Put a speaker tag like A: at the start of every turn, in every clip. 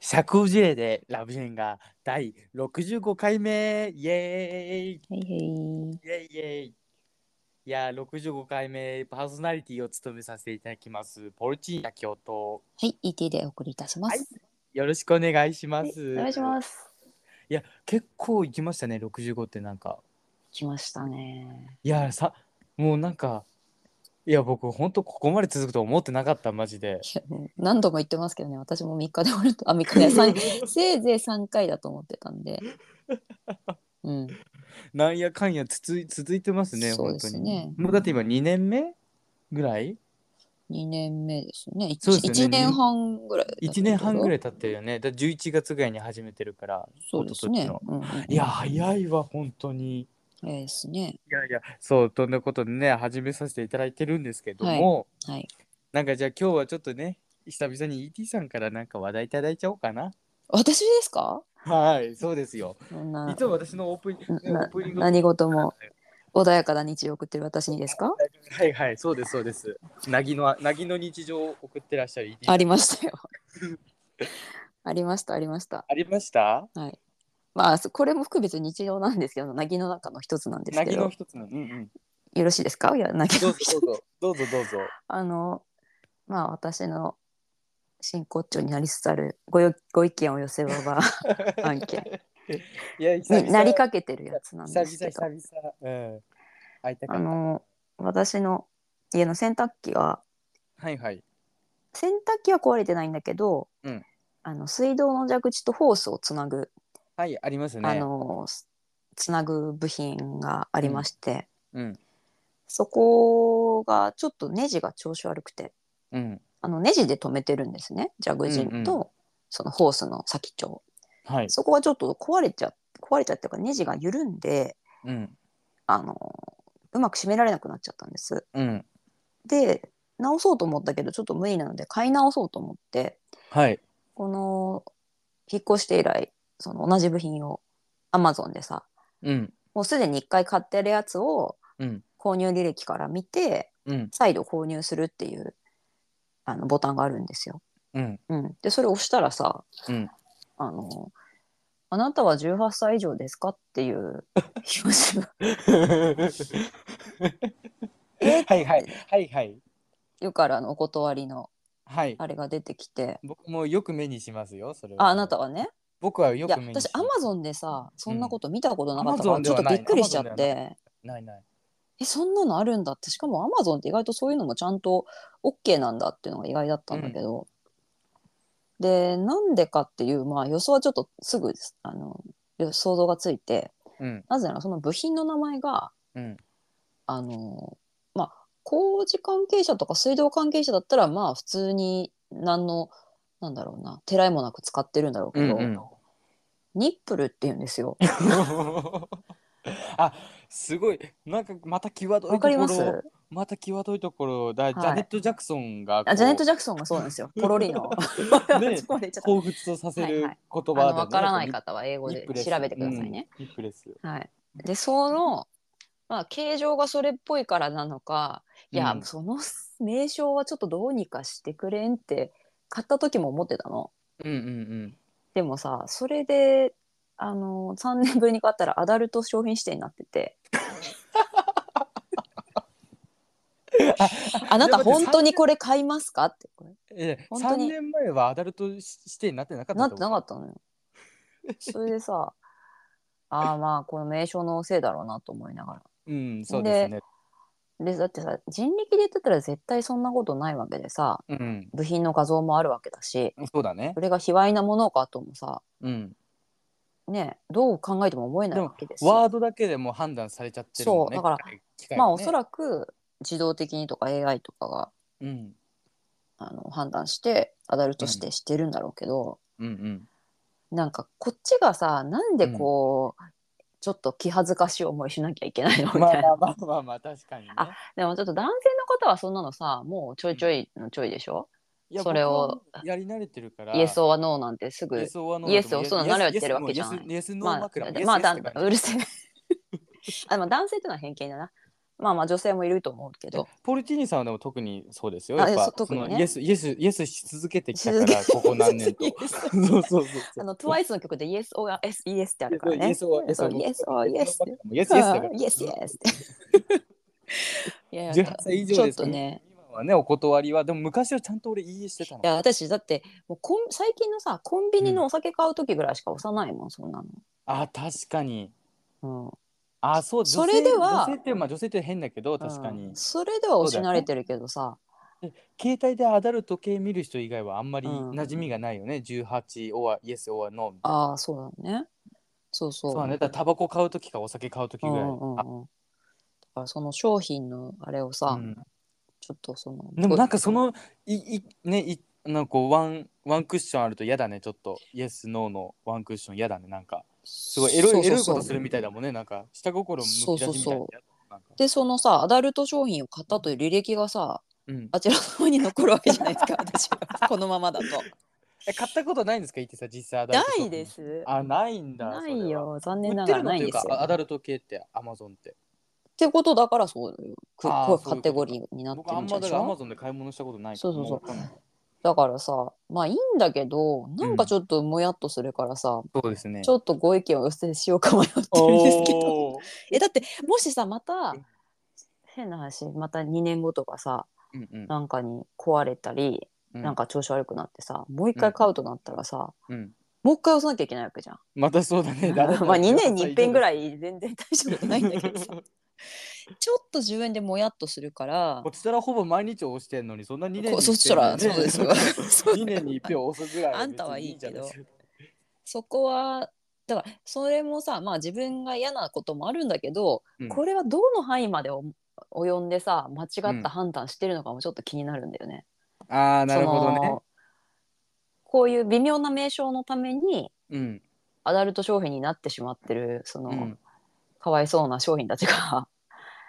A: 社交辞令でラブジェンが第65回目イエーイ
B: はいはい。
A: イエーイイエーイいやー65回目パーソナリティを務めさせていただきますポルチーナ教頭
B: はい、ET でお送りいたします。
A: よろしくお願いします、
B: お願いします。
A: いや結構行きましたね65ってなんか
B: 来ましたね。
A: いやーさもうなんかいや僕ほんとここまで続くと思ってなかったマジで
B: いやもう何度も言ってますけどね、私も3日で終わると、あ、3日 で三せいぜい3回だと思ってたんで。うん、
A: なんやかんやつつ続いてますね
B: そう
A: 本
B: で
A: 当
B: す
A: に
B: ね
A: もうだって今2年目ぐらい
B: 2年目ですね。1,
A: そうですよね
B: 年半ぐらいだったけど。
A: 1年半ぐらい経ってるよねだ11月ぐらいに始めてるから
B: そうですね。
A: おと
B: うんうんうん
A: いや、早いわ本当に
B: 早いですね。
A: いやいやそうとんなことでね始めさせていただいてるんですけども、
B: はい。
A: なんかじゃあ今日はちょっとね久々に ET さんからなんか話題いただいちゃおうかな
B: 私ですか
A: はいそうですよ
B: そんない
A: つも私のオープニング、
B: な
A: オープニング
B: 何事も穏やかな日常を送ってる私にですか
A: はいはいそうですそうですなぎのなぎの日常を送ってらっしゃる ET さん
B: ありましたよ。 ありました、ありました。
A: ありました
B: はい。まあ、そこれも含めて日常なんですけど、なぎの中の一つなんです
A: な
B: け
A: ぎの
B: ど、
A: 一つのうんうん
B: よろしいですかいや、なぎ
A: どう
B: の
A: ぞどうぞどうぞどうぞ
B: あの、まあ、私の真骨頂になりつつあるごよご意見を寄せば ば案件
A: いや久々
B: になりかけてるやつなんですけど、
A: 久々久々うん会いたか
B: あ
A: った
B: の、私の家の洗濯機が、
A: はいはい
B: 洗濯機は壊れてないんだけど、
A: うん
B: あの水道の蛇口とホースをつなぐ、
A: はいありますね
B: あのつなぐ部品がありまして、
A: うん
B: そこがちょっとネジが調子悪くて
A: うん
B: あのネジで止めてるんですね蛇口
A: うんう
B: とそのホースの先っちょ、
A: はい
B: そこがちょっと壊れちゃ壊れちゃってるからネジが緩んで
A: うん
B: あのうまく締められなくなっちゃったんです
A: うん
B: で直そうと思ったけどちょっと無理なので買い直そうと思って
A: はい
B: この引っ越して以来その同じ部品を Amazon でさ
A: うん
B: もうすでに1回買ってるやつを
A: うん
B: 購入履歴から見て
A: うん
B: 再度購入するっていうあのボタンがあるんですよ。
A: うん
B: うん、でそれを押したらさ、
A: うん
B: あの「あなたは18歳以上ですか?」っていう表紙が
A: はいはいはいはい
B: よからのお断りの
A: はい
B: あれが出てきて
A: 僕もよく目にしますよそれ
B: 「
A: は
B: ああなたはね」
A: 僕はいよ
B: や
A: く目にし
B: 私
A: ま
B: ア
A: す
B: マゾンでさそんなこと見たことなかったか
A: Amazon
B: ら
A: で
B: ちょ
A: は
B: っと
A: ない
B: びっくりしちゃ
A: Amazon
B: っ
A: では
B: て。
A: ないない
B: えそんなのあるんだってしかもアマゾンって意外とそういうのもちゃんと OK なんだっていうのが意外だったんだけど、でなんでかっていう、まあ、予想はちょっとすぐあの想像がついて
A: うん
B: なぜならその部品の名前が
A: うん
B: あのまあ工事関係者とか水道関係者だったらまあ普通に何のなんだろうなてらいもなく使ってるんだろうけど、
A: うんうん
B: ニップルって言うんで すよ。
A: あすごいなんかまた際どい
B: わ
A: と
B: か
A: こ
B: り
A: ろ
B: ます
A: また際どいところだ、
B: い
A: ジャネット・ジャクソンがこう
B: あジャネット・ジャクソンがそうなん ですよ。ポロリの。
A: ね
B: ちょっと待ってちょっと
A: 彷彿とさせる言葉で、ね
B: あのわからない方は英語で調べてくださいね。。
A: リップレスうんリップレス
B: はい、でその、まあ、形状がそれっぽいからなのかいや、
A: うん
B: その名称はちょっとどうにかしてくれんって買った時も思ってたの。
A: うんうん
B: でもさそれであの3年ぶりに買ったらアダルト商品指定になっ てて。あなた本当にこれ買いますかってこれ
A: うん。え、
B: 本当
A: 三
B: に
A: 年前はアダルト指定になってなかった
B: なってなか
A: っ
B: ったのよ。それでさ ああまあこの名称のせいだろうなと思いなが
A: た。うん、そうですね。
B: ら。でだってさ人力で言ってたら絶対そんなことないわけでさ
A: うん、
B: 部品の画像もあるわけだし
A: そうだね
B: そ。れが卑猥なものかともさ
A: うん。
B: ねどう考えても思えないわけです
A: ワ
B: よ。
A: ードだけでもう判断されちゃってるもんね。
B: そうだから
A: 機械、
B: まあおそ
A: く。
B: らく自動的にとか AI とかが
A: うん。
B: あの判断してアダルト指定してるんだろうけど、
A: うんうん。
B: なんかこっちがさなんでこう、ちょっと気恥ずかしい思いしなきゃいけないのみたい
A: ま
B: な。
A: あまあまあまあまあ、確かにね。
B: あでもちょっと男性の方はそんなのさもうちょいちょいのちょいでしょ、
A: いや
B: それを
A: 僕はやり慣れてるから。
B: イエス・オア・ノーなんてすぐ、
A: イエスオアノー
B: イエスオーそうなの慣れてるわけじゃない
A: イエスイエスノー
B: まあ
A: 枕。イエスイエス
B: まあ
A: って
B: だ
A: 感じ
B: うるせえあまあ男性っていうのは偏見だなまあまあ女性もいると思うけど
A: ポルチーニさんはでも特にそうですよ。
B: あ
A: やっ
B: えそ
A: ぱ
B: う特にね
A: そのイエスイエスイエスし続けてきたからここ何 年と。そうそうそうそう。
B: あの TWICE の曲で「Yes or Yes Yes」ってあるから
A: イ
B: ね
A: エスをイエスを
B: そうイエスをイエスって
A: イエスイエスだから。
B: イエスイエスって。いや
A: 18歳以上です
B: ちょっとね。
A: 今はねお断りはでも昔はちゃんと俺言いしてたの
B: い。や私だってもうコン最近のさコンビニのお酒買う時ぐらいしか押さないもん、そんな
A: あ確かに。
B: の、うん、
A: あそう。
B: それで
A: 女
B: は
A: 性女性ってまあ女性って変だけど確かに、
B: うんそれでは押し慣れてるけどさ
A: 携帯でアダルト系見る人以外はあんまり
B: うん
A: 馴染みがないよね。18 or yes or no みたいな。
B: ああそうだねそうそう
A: そうだね。だからタバコ買うときかお酒買うとき
B: う
A: ぐらい。
B: んうんうんだからその商品のあれをさ、
A: うん
B: ちょっとその
A: でもなんかそのいいねいなんかこうワンワンクッションあると嫌だねちょっとイエスノーのワンクッション嫌だねなんかす
B: す
A: ごいエロいエロいことするみたいだもんねなんか下心むき出しみたいな
B: そうそうそう
A: なんか
B: でそのさアダルト商品を買ったという履歴がさ
A: うん
B: あちらの方に残るわけじゃないです か私はこのままだと。
A: え買ったことないんですか言ってさ実際アダルト
B: ないです。
A: あないんだ
B: な
A: それ
B: い
A: は
B: よ残
A: 売
B: 念な
A: って
B: がら
A: るの
B: な
A: と
B: い
A: い
B: ん
A: う
B: です
A: か
B: よ。
A: あアダルト系ってアマゾンって
B: ってことだからそうく
A: あー
B: こういう
A: そういうこと
B: カテゴリーになって
A: 僕あ
B: るん
A: ん
B: じゃ
A: まだ
B: ないでし
A: からアマ
B: ょ
A: ゾンで買い物したことない
B: そうそうそう
A: う
B: だからさまあいいんだけどなんかちょっともやっとするからさ、
A: そうですね
B: ちょっとご意見をお寄せしようか迷ってるん ですけど
A: おー
B: えだってもしさまた
A: うん
B: 変な話また2年後とかさ
A: うんうん
B: なんかに壊れたり、
A: うん
B: なんか調子悪くなってさもう一回買うとなったらさ、
A: うん
B: もう一回押さなきゃいけないわ けじゃん。
A: またそうだね
B: まあ2年に1遍 ぐ
A: い
B: らい全然大したことないんだけど さちょっと自分でもやっとするから
A: こちらほぼ毎日押してんのにそんな2年に
B: こそしたらそうで すよそう
A: 2年に1票押すぐらい
B: あんたはいいけど
A: 別にいいじ
B: そこはだからそれもさまあ自分が嫌なこともあるんだけど、
A: うん
B: これはどの範囲までお及んでさ間違った判断してるのかもちょっと気になるんだよね。
A: ゃんああなるほど
B: そ
A: ね
B: のこういう微妙な名称のために
A: うん
B: アダルト商品になってしまってるその、
A: うん
B: かわいそうな商品た ちが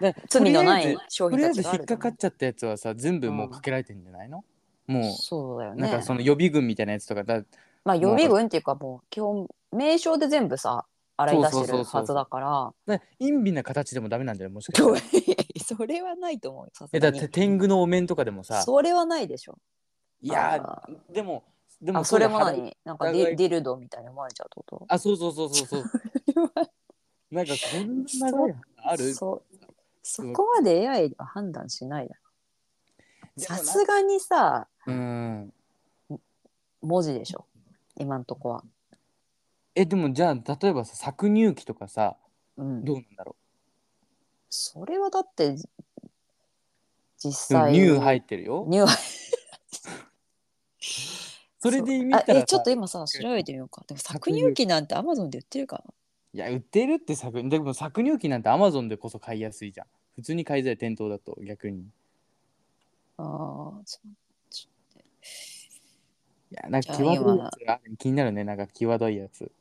A: で
B: 罪のな
A: とり
B: い
A: あえ
B: 商
A: ずと
B: 品
A: りあ
B: た
A: えず引っ
B: ちがある
A: かかっちゃったやつは全部もうかけられてんじゃないの、も
B: そうだよ
A: う
B: ね。
A: なんかその予備軍みたいなやつとかだ
B: まあ予備軍っていうかもう基本名称で全部さ洗い出してるはずだから
A: だ陰微な形でもダメなんじゃないもしかした
B: そ
A: ら
B: れはないと思うよさす
A: えだ
B: が
A: っ
B: に
A: て天狗のお面とかでもさ
B: それはないでしょ
A: いや
B: あ
A: ーでもでも
B: あそれも
A: 腹
B: 何なんかディディルドみたいに思われちゃうってこと
A: あそうそうそうそうそうなんかこんな長いある
B: そそこまで AI は判断しないだろさすがにさ
A: うん
B: 文字でしょ今んとこは、
A: えでもじゃあ例えばさ搾乳期とかさ
B: うん、
A: どうなんだろ
B: それはだって
A: う、
B: 実
A: うん、
B: 際
A: 乳入ってるよ
B: 乳入
A: それで見
B: あ
A: たら
B: え
A: さ
B: ちょっと今さ調べてみようかでも搾
A: 乳
B: 乳機なんてアマゾンで売ってるかない
A: や売ってるって搾乳でも搾乳期なんてアマゾンでこそ買いやすいじゃん普通に買いづらい店頭だと逆にい
B: あーちょ
A: やなんか
B: じゃ
A: 際
B: あ
A: どいやつが気になるねなんか際どいやつ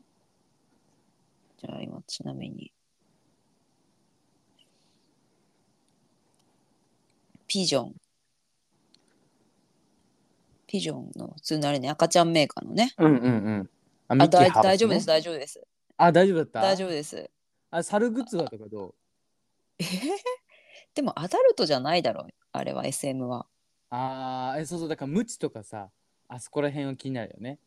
B: じゃあ今ちなみにピジョンピジョンの普通のあれね赤ちゃんメーカーのね
A: うんうんうんあ
B: あ
A: ミッキー
B: 大
A: ハウスね
B: 大丈夫です大丈夫です
A: あ大丈夫だった
B: 大丈夫です
A: あ猿グッズはとかどう
B: えーでもアダルトじゃないだろうあれは SM は
A: あーえそうそうだからムチとかさあそこら辺は気になるよね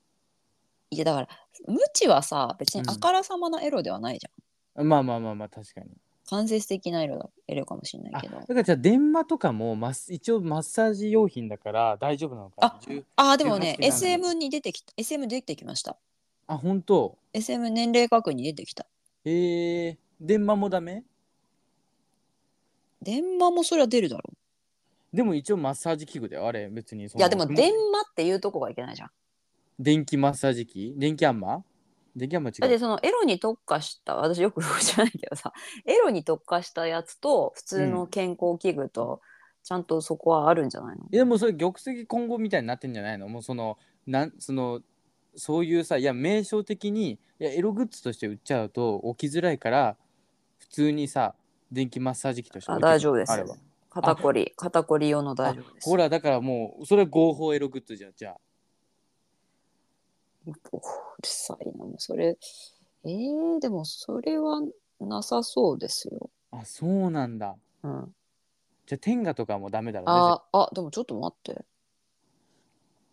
B: いやだから無知はさ別にあからさまなエロではないじゃん、
A: まあまあまあまあ確かに
B: 間接的なエロだエロかもしれない
A: あ
B: けど
A: だからじゃあ電話とかもマッス一応マッサージ用品だから大丈夫なのかなじゅう
B: あーでも
A: 18
B: ね
A: なんで
B: SM に出てきた SM 出てきました
A: あ本当
B: SM 年齢確認出てきた
A: へえ電話もダメ
B: 電話もそれは出るだろ
A: でも一応マッサージ器具だよあれ別にそうの
B: いやでも電話っていうとこがいけないじゃん
A: 電気マッサージ器電気アンマー電気アンマ
B: だっ
A: ー違
B: て
A: う
B: そのエロに特化した私よく知らないけどさエロに特化したやつと普通の健康器具とちゃんとそこはあるんじゃないの、
A: えでもそれ玉石混合みたいになってんじゃないのもうそのなんそのそういうさいや名称的にいやエログッズとして売っちゃうと置きづらいから普通にさ電気マッサージ器として置いて
B: あ大丈夫です
A: あれば
B: 肩こり肩こり用の大丈夫です
A: ほらだからもうそれは合法エログッズじゃんじゃあ
B: うるさいなもうそれえー、でもそれはなさそうですよ
A: あそうなんだ。
B: うん、
A: じゃあ天下とかもダメだろうね
B: あーあでもちょっと待って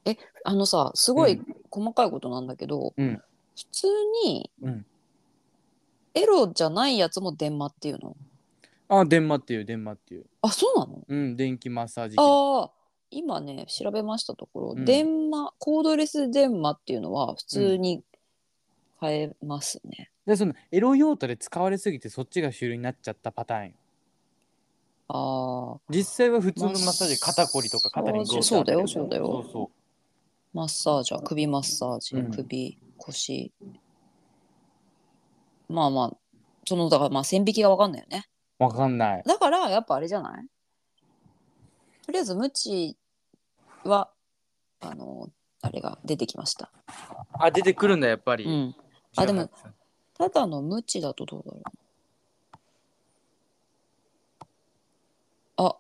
B: えあのさすごい細かいことなんだけど、
A: うん
B: 普通に
A: うん
B: エロじゃないやつも電話っていうの
A: あ、電マっていう、電マっていう。
B: あそうなの
A: うん、電気マッサージ機。
B: ああ今ね調べましたところ、
A: うん
B: 電話コードレス電話っていうのは普通に買えますね、
A: で、その、エロ用途で使われすぎて、そっちが主流になっちゃったパターンよ。
B: ああ
A: 実際は普通のマッサージ、肩こりとか肩にグーッと
B: そうだよ
A: 当たる
B: そうだよ
A: そうそ
B: マッサージャー首マッサージ、
A: うん
B: 首腰まあまあそのだからまあ線引きが分かんないよね
A: う。わかんない。
B: だからやっぱあれじゃないとりあえず無知はあのあれが出てきました
A: あ、出てくるんだ、やっぱり。
B: うんあでもただの無知だとどうだろうあ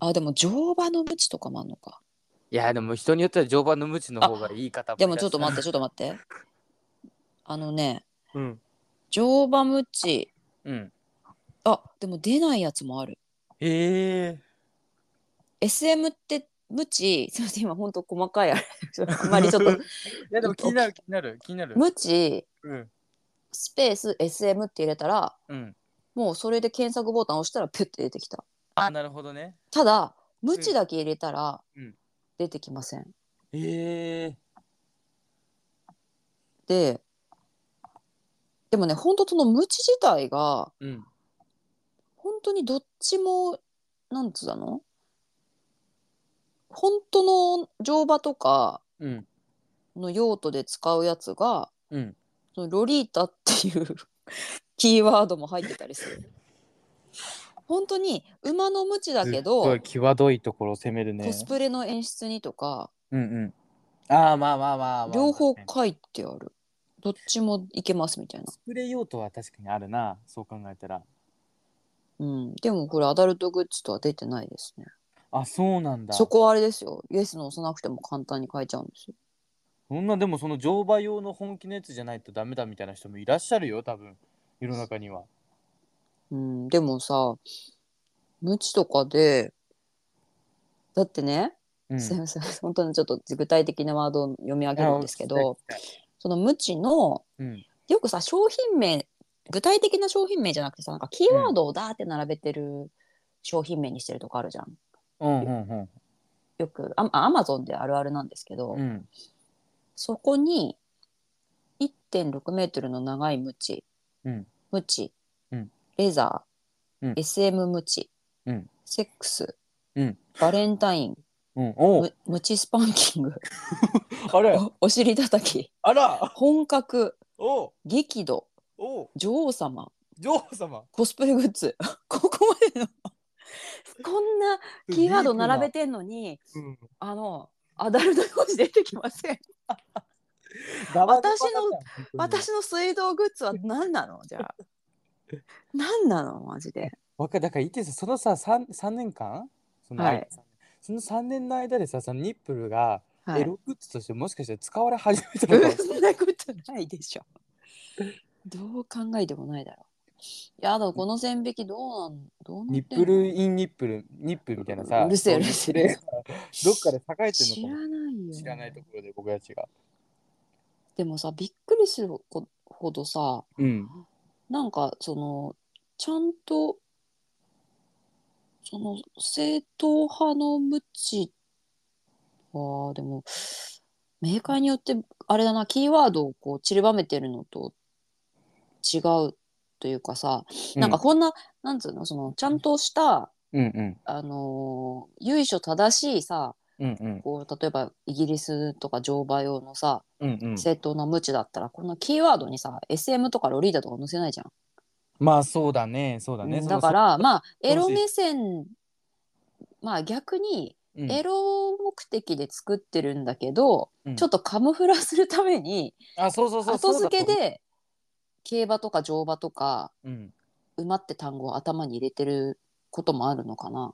B: あでも乗馬の無知とかもあんのか
A: いや、でも人によっては常磐の無知の方がいい方。
B: でもちょっと待っててちょっと待ってあのね
A: うん。
B: 乗馬無知
A: うん。
B: あでも出ないやつもある
A: へえ。
B: SM って無知すいません今ほんと細かいあ れあんまりちょっと
A: いや、でも気になる、気になる、気になる。
B: 無知
A: うん。
B: スペース SM って入れたら
A: うん。
B: もうそれで検索ボタンを押したらピュッて出てきた
A: あ、なるほどね。
B: ただ無知だけ入れたら
A: うん
B: 出てきません、
A: へえ。
B: ででもね本当その無知自体が
A: うん。
B: 本当にどっちもなんつうの本当の乗馬とか
A: うん。
B: の用途で使うやつが
A: うん。
B: そのロリータっていう キーワードも入ってたりする。本当に馬の無知だけ
A: すっご
B: ど、
A: い際どいところを攻めるね。
B: コスプレの演出にとか
A: うんうん。ああ、まあまあまあまあ、
B: 両方書いてある。どっちもいけますみたいな
A: コ。スプレ用途は確かにあるな、そう考えたら。
B: うん、でもこれアダルトグッズとは出てないですね。
A: あ、そうなんだ。
B: そ
A: そ
B: こはあれですよ。イエスの押さなくても簡単に変えちゃうんですよ。
A: んな、でもその乗馬用の本気のやつじゃないとダメだみたいな人もいらっしゃるよ、多分。世の中には。
B: うん、でもさ、無知とかで、だってね、
A: うん。
B: すいません、 本当にちょっと具体的なワードを読み上げるんですけ
A: あ。聞
B: ど
A: き、たい聞き
B: その無知の、
A: たいうん。
B: よくさ、商品名、具体的な商品名じゃなくてさ、なんかキーワードをダーって並べてる商品名にしてるとこあるじゃん。
A: うんうん
B: よく、あアマゾンであるあるなんですけど、
A: うん。うん。
B: そこに1.6メートルの長いムチ、
A: うん
B: ムチ、
A: うん
B: レザー、
A: うん
B: SM ムチ、
A: うん
B: セックス、
A: うん
B: バレンタイン、
A: うん、おう
B: ムムチスパンキング、
A: あれ
B: おお尻叩き、
A: あら
B: 本格、
A: おう
B: 激怒、
A: おう
B: 女王様、
A: 女王様
B: コスプレグッズ。 ここまでの こんなキーワード並べてんのに、
A: うん
B: あの、アダルト用紙出てきません。私の私の水道グッズは何なのじ ゃあ何なのマジで
A: わかだから言ってさそのさ 3, 3年間その,、
B: はい
A: その3年の間でさそのニップルが
B: はい
A: エログッズとしてもしかしたら使われ始めたのかもしれな い、
B: そんなことないでしょどう考えてもないだろういやだからこの線引きどうなんどうな
A: ニ
B: っ
A: ッ
B: てんの
A: プルインニップルニップルみたいなさ
B: うるせえ
A: そうう
B: る
A: いう
B: せえ
A: プレーがどっ かで栄えて
B: 知
A: るのか
B: らないよ
A: も知らないところで僕たちが
B: でもさびっくりするほどさ
A: うん
B: なんかそのちゃんとその正統派の無知はでもメーカーによってあれだなキーワードをこう散りばめてるのと違うというかさ、なんかこんななんつうのそのちゃんとした、
A: うんうん
B: あのー由緒正しいさ
A: うんうん
B: こう例えばイギリスとか乗馬用のさ
A: うんうん
B: 正当な無知だったらこんなキーワードにさ SM とかロリータとか載せないじゃん。
A: まあそうだねそうだね、
B: うん
A: その
B: だからまあ
A: そう
B: エロ目線まあ逆に
A: うん
B: エロ目的で作ってるんだけど、
A: うん
B: ちょっとカムフラするために
A: あそうそうそう
B: 後付
A: そ
B: け
A: うだと
B: で競馬とか乗馬とか
A: 思ううん
B: 馬って単語を頭に入れてることもあるのかな。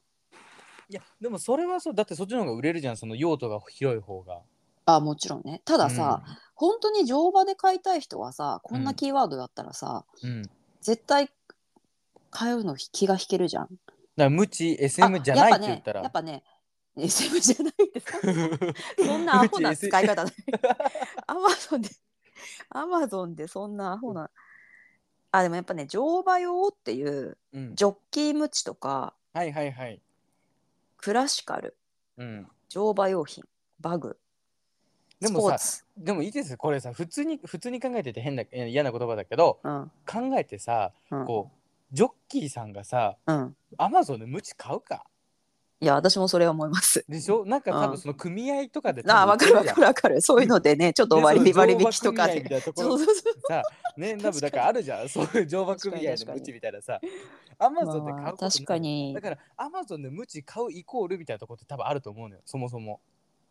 A: いやでもそれはそうだってそっちの方が売れるじゃんその用途が広い方が
B: あもちろんねたださ、、本当に乗馬で買いたい人はさこんなキーワードだったらさ、
A: うんうん
B: 絶対買うの気が引けるじゃん。
A: ら無知
B: あ
A: SM じゃないって言ったら
B: やっぱねやっぱね SM じゃないってさそんなアホな使い方だね アマゾンでアマゾンでそんなアホなあでもやっぱね乗馬用っていう
A: うん、
B: ジョッキームチとか
A: はいはいはい、
B: クラシカル
A: うん、
B: 乗馬用品バグ
A: で
B: ス
A: も
B: ポ
A: さ
B: ーツ
A: でもいいですよこれさ普通に普通に考えてて変なえ嫌な言葉だけど
B: うん
A: 考えてさ
B: うん
A: こうジョッキーさんがさ
B: うん
A: アマゾンで無知買うか
B: いや私もそれは思います
A: でしょなんか多
B: うん
A: 分その組合とかで
B: あ分かる分かる
A: る
B: 分かるそういうのでね ちょっと割割引とか
A: み
B: で
A: たいなとこ
B: そ
A: ろ
B: うそうそう
A: さね多分だからあるじゃんそういう乗馬組合
B: 確か
A: の
B: に
A: 無知みたいなさアマゾンで買う
B: まあ
A: ことない
B: 確かに
A: だからアマゾンで無知買うイコールみたいなところって多分あると思うのよそもそも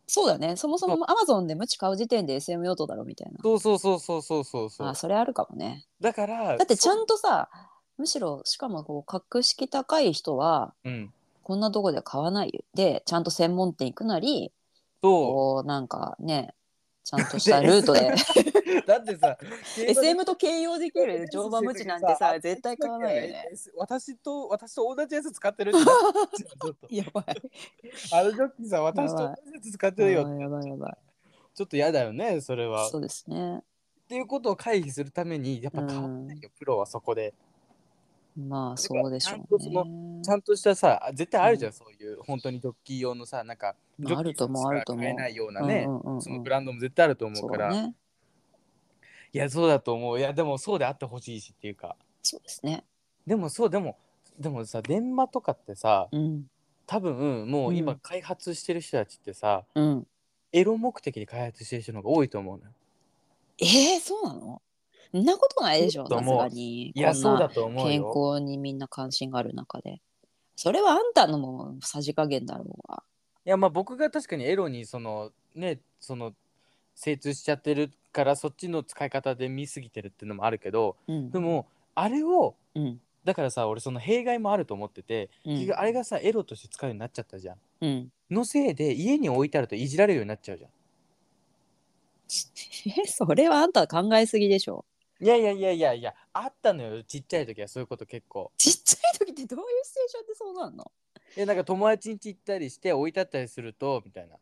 B: そうだねそもそ
A: そ
B: もアマゾンでムチ買う時点で SM 用途だろみたいな
A: そうそうそうそうそうそうそう
B: あそれあるかもね
A: だから
B: だってちゃ
A: と
B: んとさむしろしかもこう格式高い人は
A: うん
B: こんなとこで買わないよでちゃんと専門店行くなり
A: そう
B: こうなんかねちゃんとしたルー トで
A: だって さ
B: SM と兼用でき る乗馬無知なんてさ絶対買わないよね。
A: 私と私と同じやつ使 ってるんだちょっと
B: やばい
A: あのジョッキーさん私と同じやつ使ってる
B: や
A: よ
B: ばいやばいやばい
A: ちょっと嫌だよねそれは。
B: そうですね
A: っていうことを回避するためにやっぱ変わんないよプロはそこで
B: まあそうでしょ
A: ちゃんとそう
B: ね
A: ちゃんとしたさあ絶対あるじゃん、
B: う
A: そういう本当にジョッキー用のさなんかジョ
B: まああ
A: ッキ
B: る
A: ーさ
B: と
A: ん
B: 思うあると思う
A: しか買えないようなね、
B: うんうんうんうん
A: そのブランドも絶対あると思
B: そうう
A: か
B: だ
A: ら、
B: ね
A: いやそうだと思ういやでもそうであってほしいしっていうか
B: そうですね
A: でもそうでもでもさ電話とかってさ
B: うん
A: 多分もう
B: う
A: 今
B: ん
A: 開発してる人たちってさ、
B: うん
A: エロ目的で開発してる人の方が多いと思うのよ
B: えー、そうなのそんなことないでしょ
A: ちょっ
B: さ
A: と
B: す
A: もう
B: が
A: い
B: に
A: や
B: こんな
A: そうだと思う
B: 健
A: よ
B: 康にみんな関心がある中で。それはあんたのもうさじ加減だろうが。
A: いやまあ僕が確かにエロにそのねその精通しちゃってるからそっちの使い方で見すぎてるっていうのもあるけど
B: うん
A: で。もあれを
B: うん。
A: だからさ俺その弊害もあると思ってて、
B: うん
A: 結局あれがさエロとして使うようになっちゃったじゃん。
B: うん。
A: のせいで家に置いてあるといじられるようになっちゃうじゃん。
B: え、それはあんた考えすぎでしょ。
A: いやいやいやいやいやあったのよちっちゃい時はそういうこと結構。
B: ちっちゃい時ってどういうシチュエーションでそうなんの
A: でなんか友達ん家行ったりして置いてあったりするとみたいな。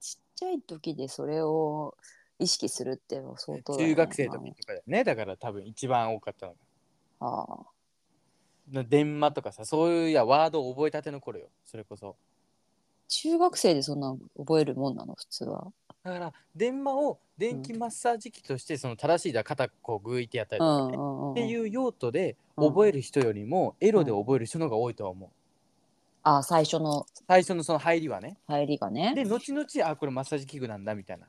B: ちっちゃい時でそれを意識するって相当だよ
A: 中
B: ね
A: 学生の時とかだよねだから多分一番多かったの
B: ああ。
A: が。電話とかさそういういやワードを覚えたての頃よそれこそ。
B: 中学生でそんな覚えるもんなの普通は。
A: だから電話を電気マッサージ機としてその正しいだから肩こうグイってやったり
B: う
A: とか
B: ん
A: ね、
B: うんうん。
A: っていう用途で
B: うん
A: 覚える人よりもエロで覚える人の方が多いとは思う
B: ああ、最初の
A: 最初のその入りはね
B: 入りがね。
A: で後々あこれマッサージ器具なんだみたいな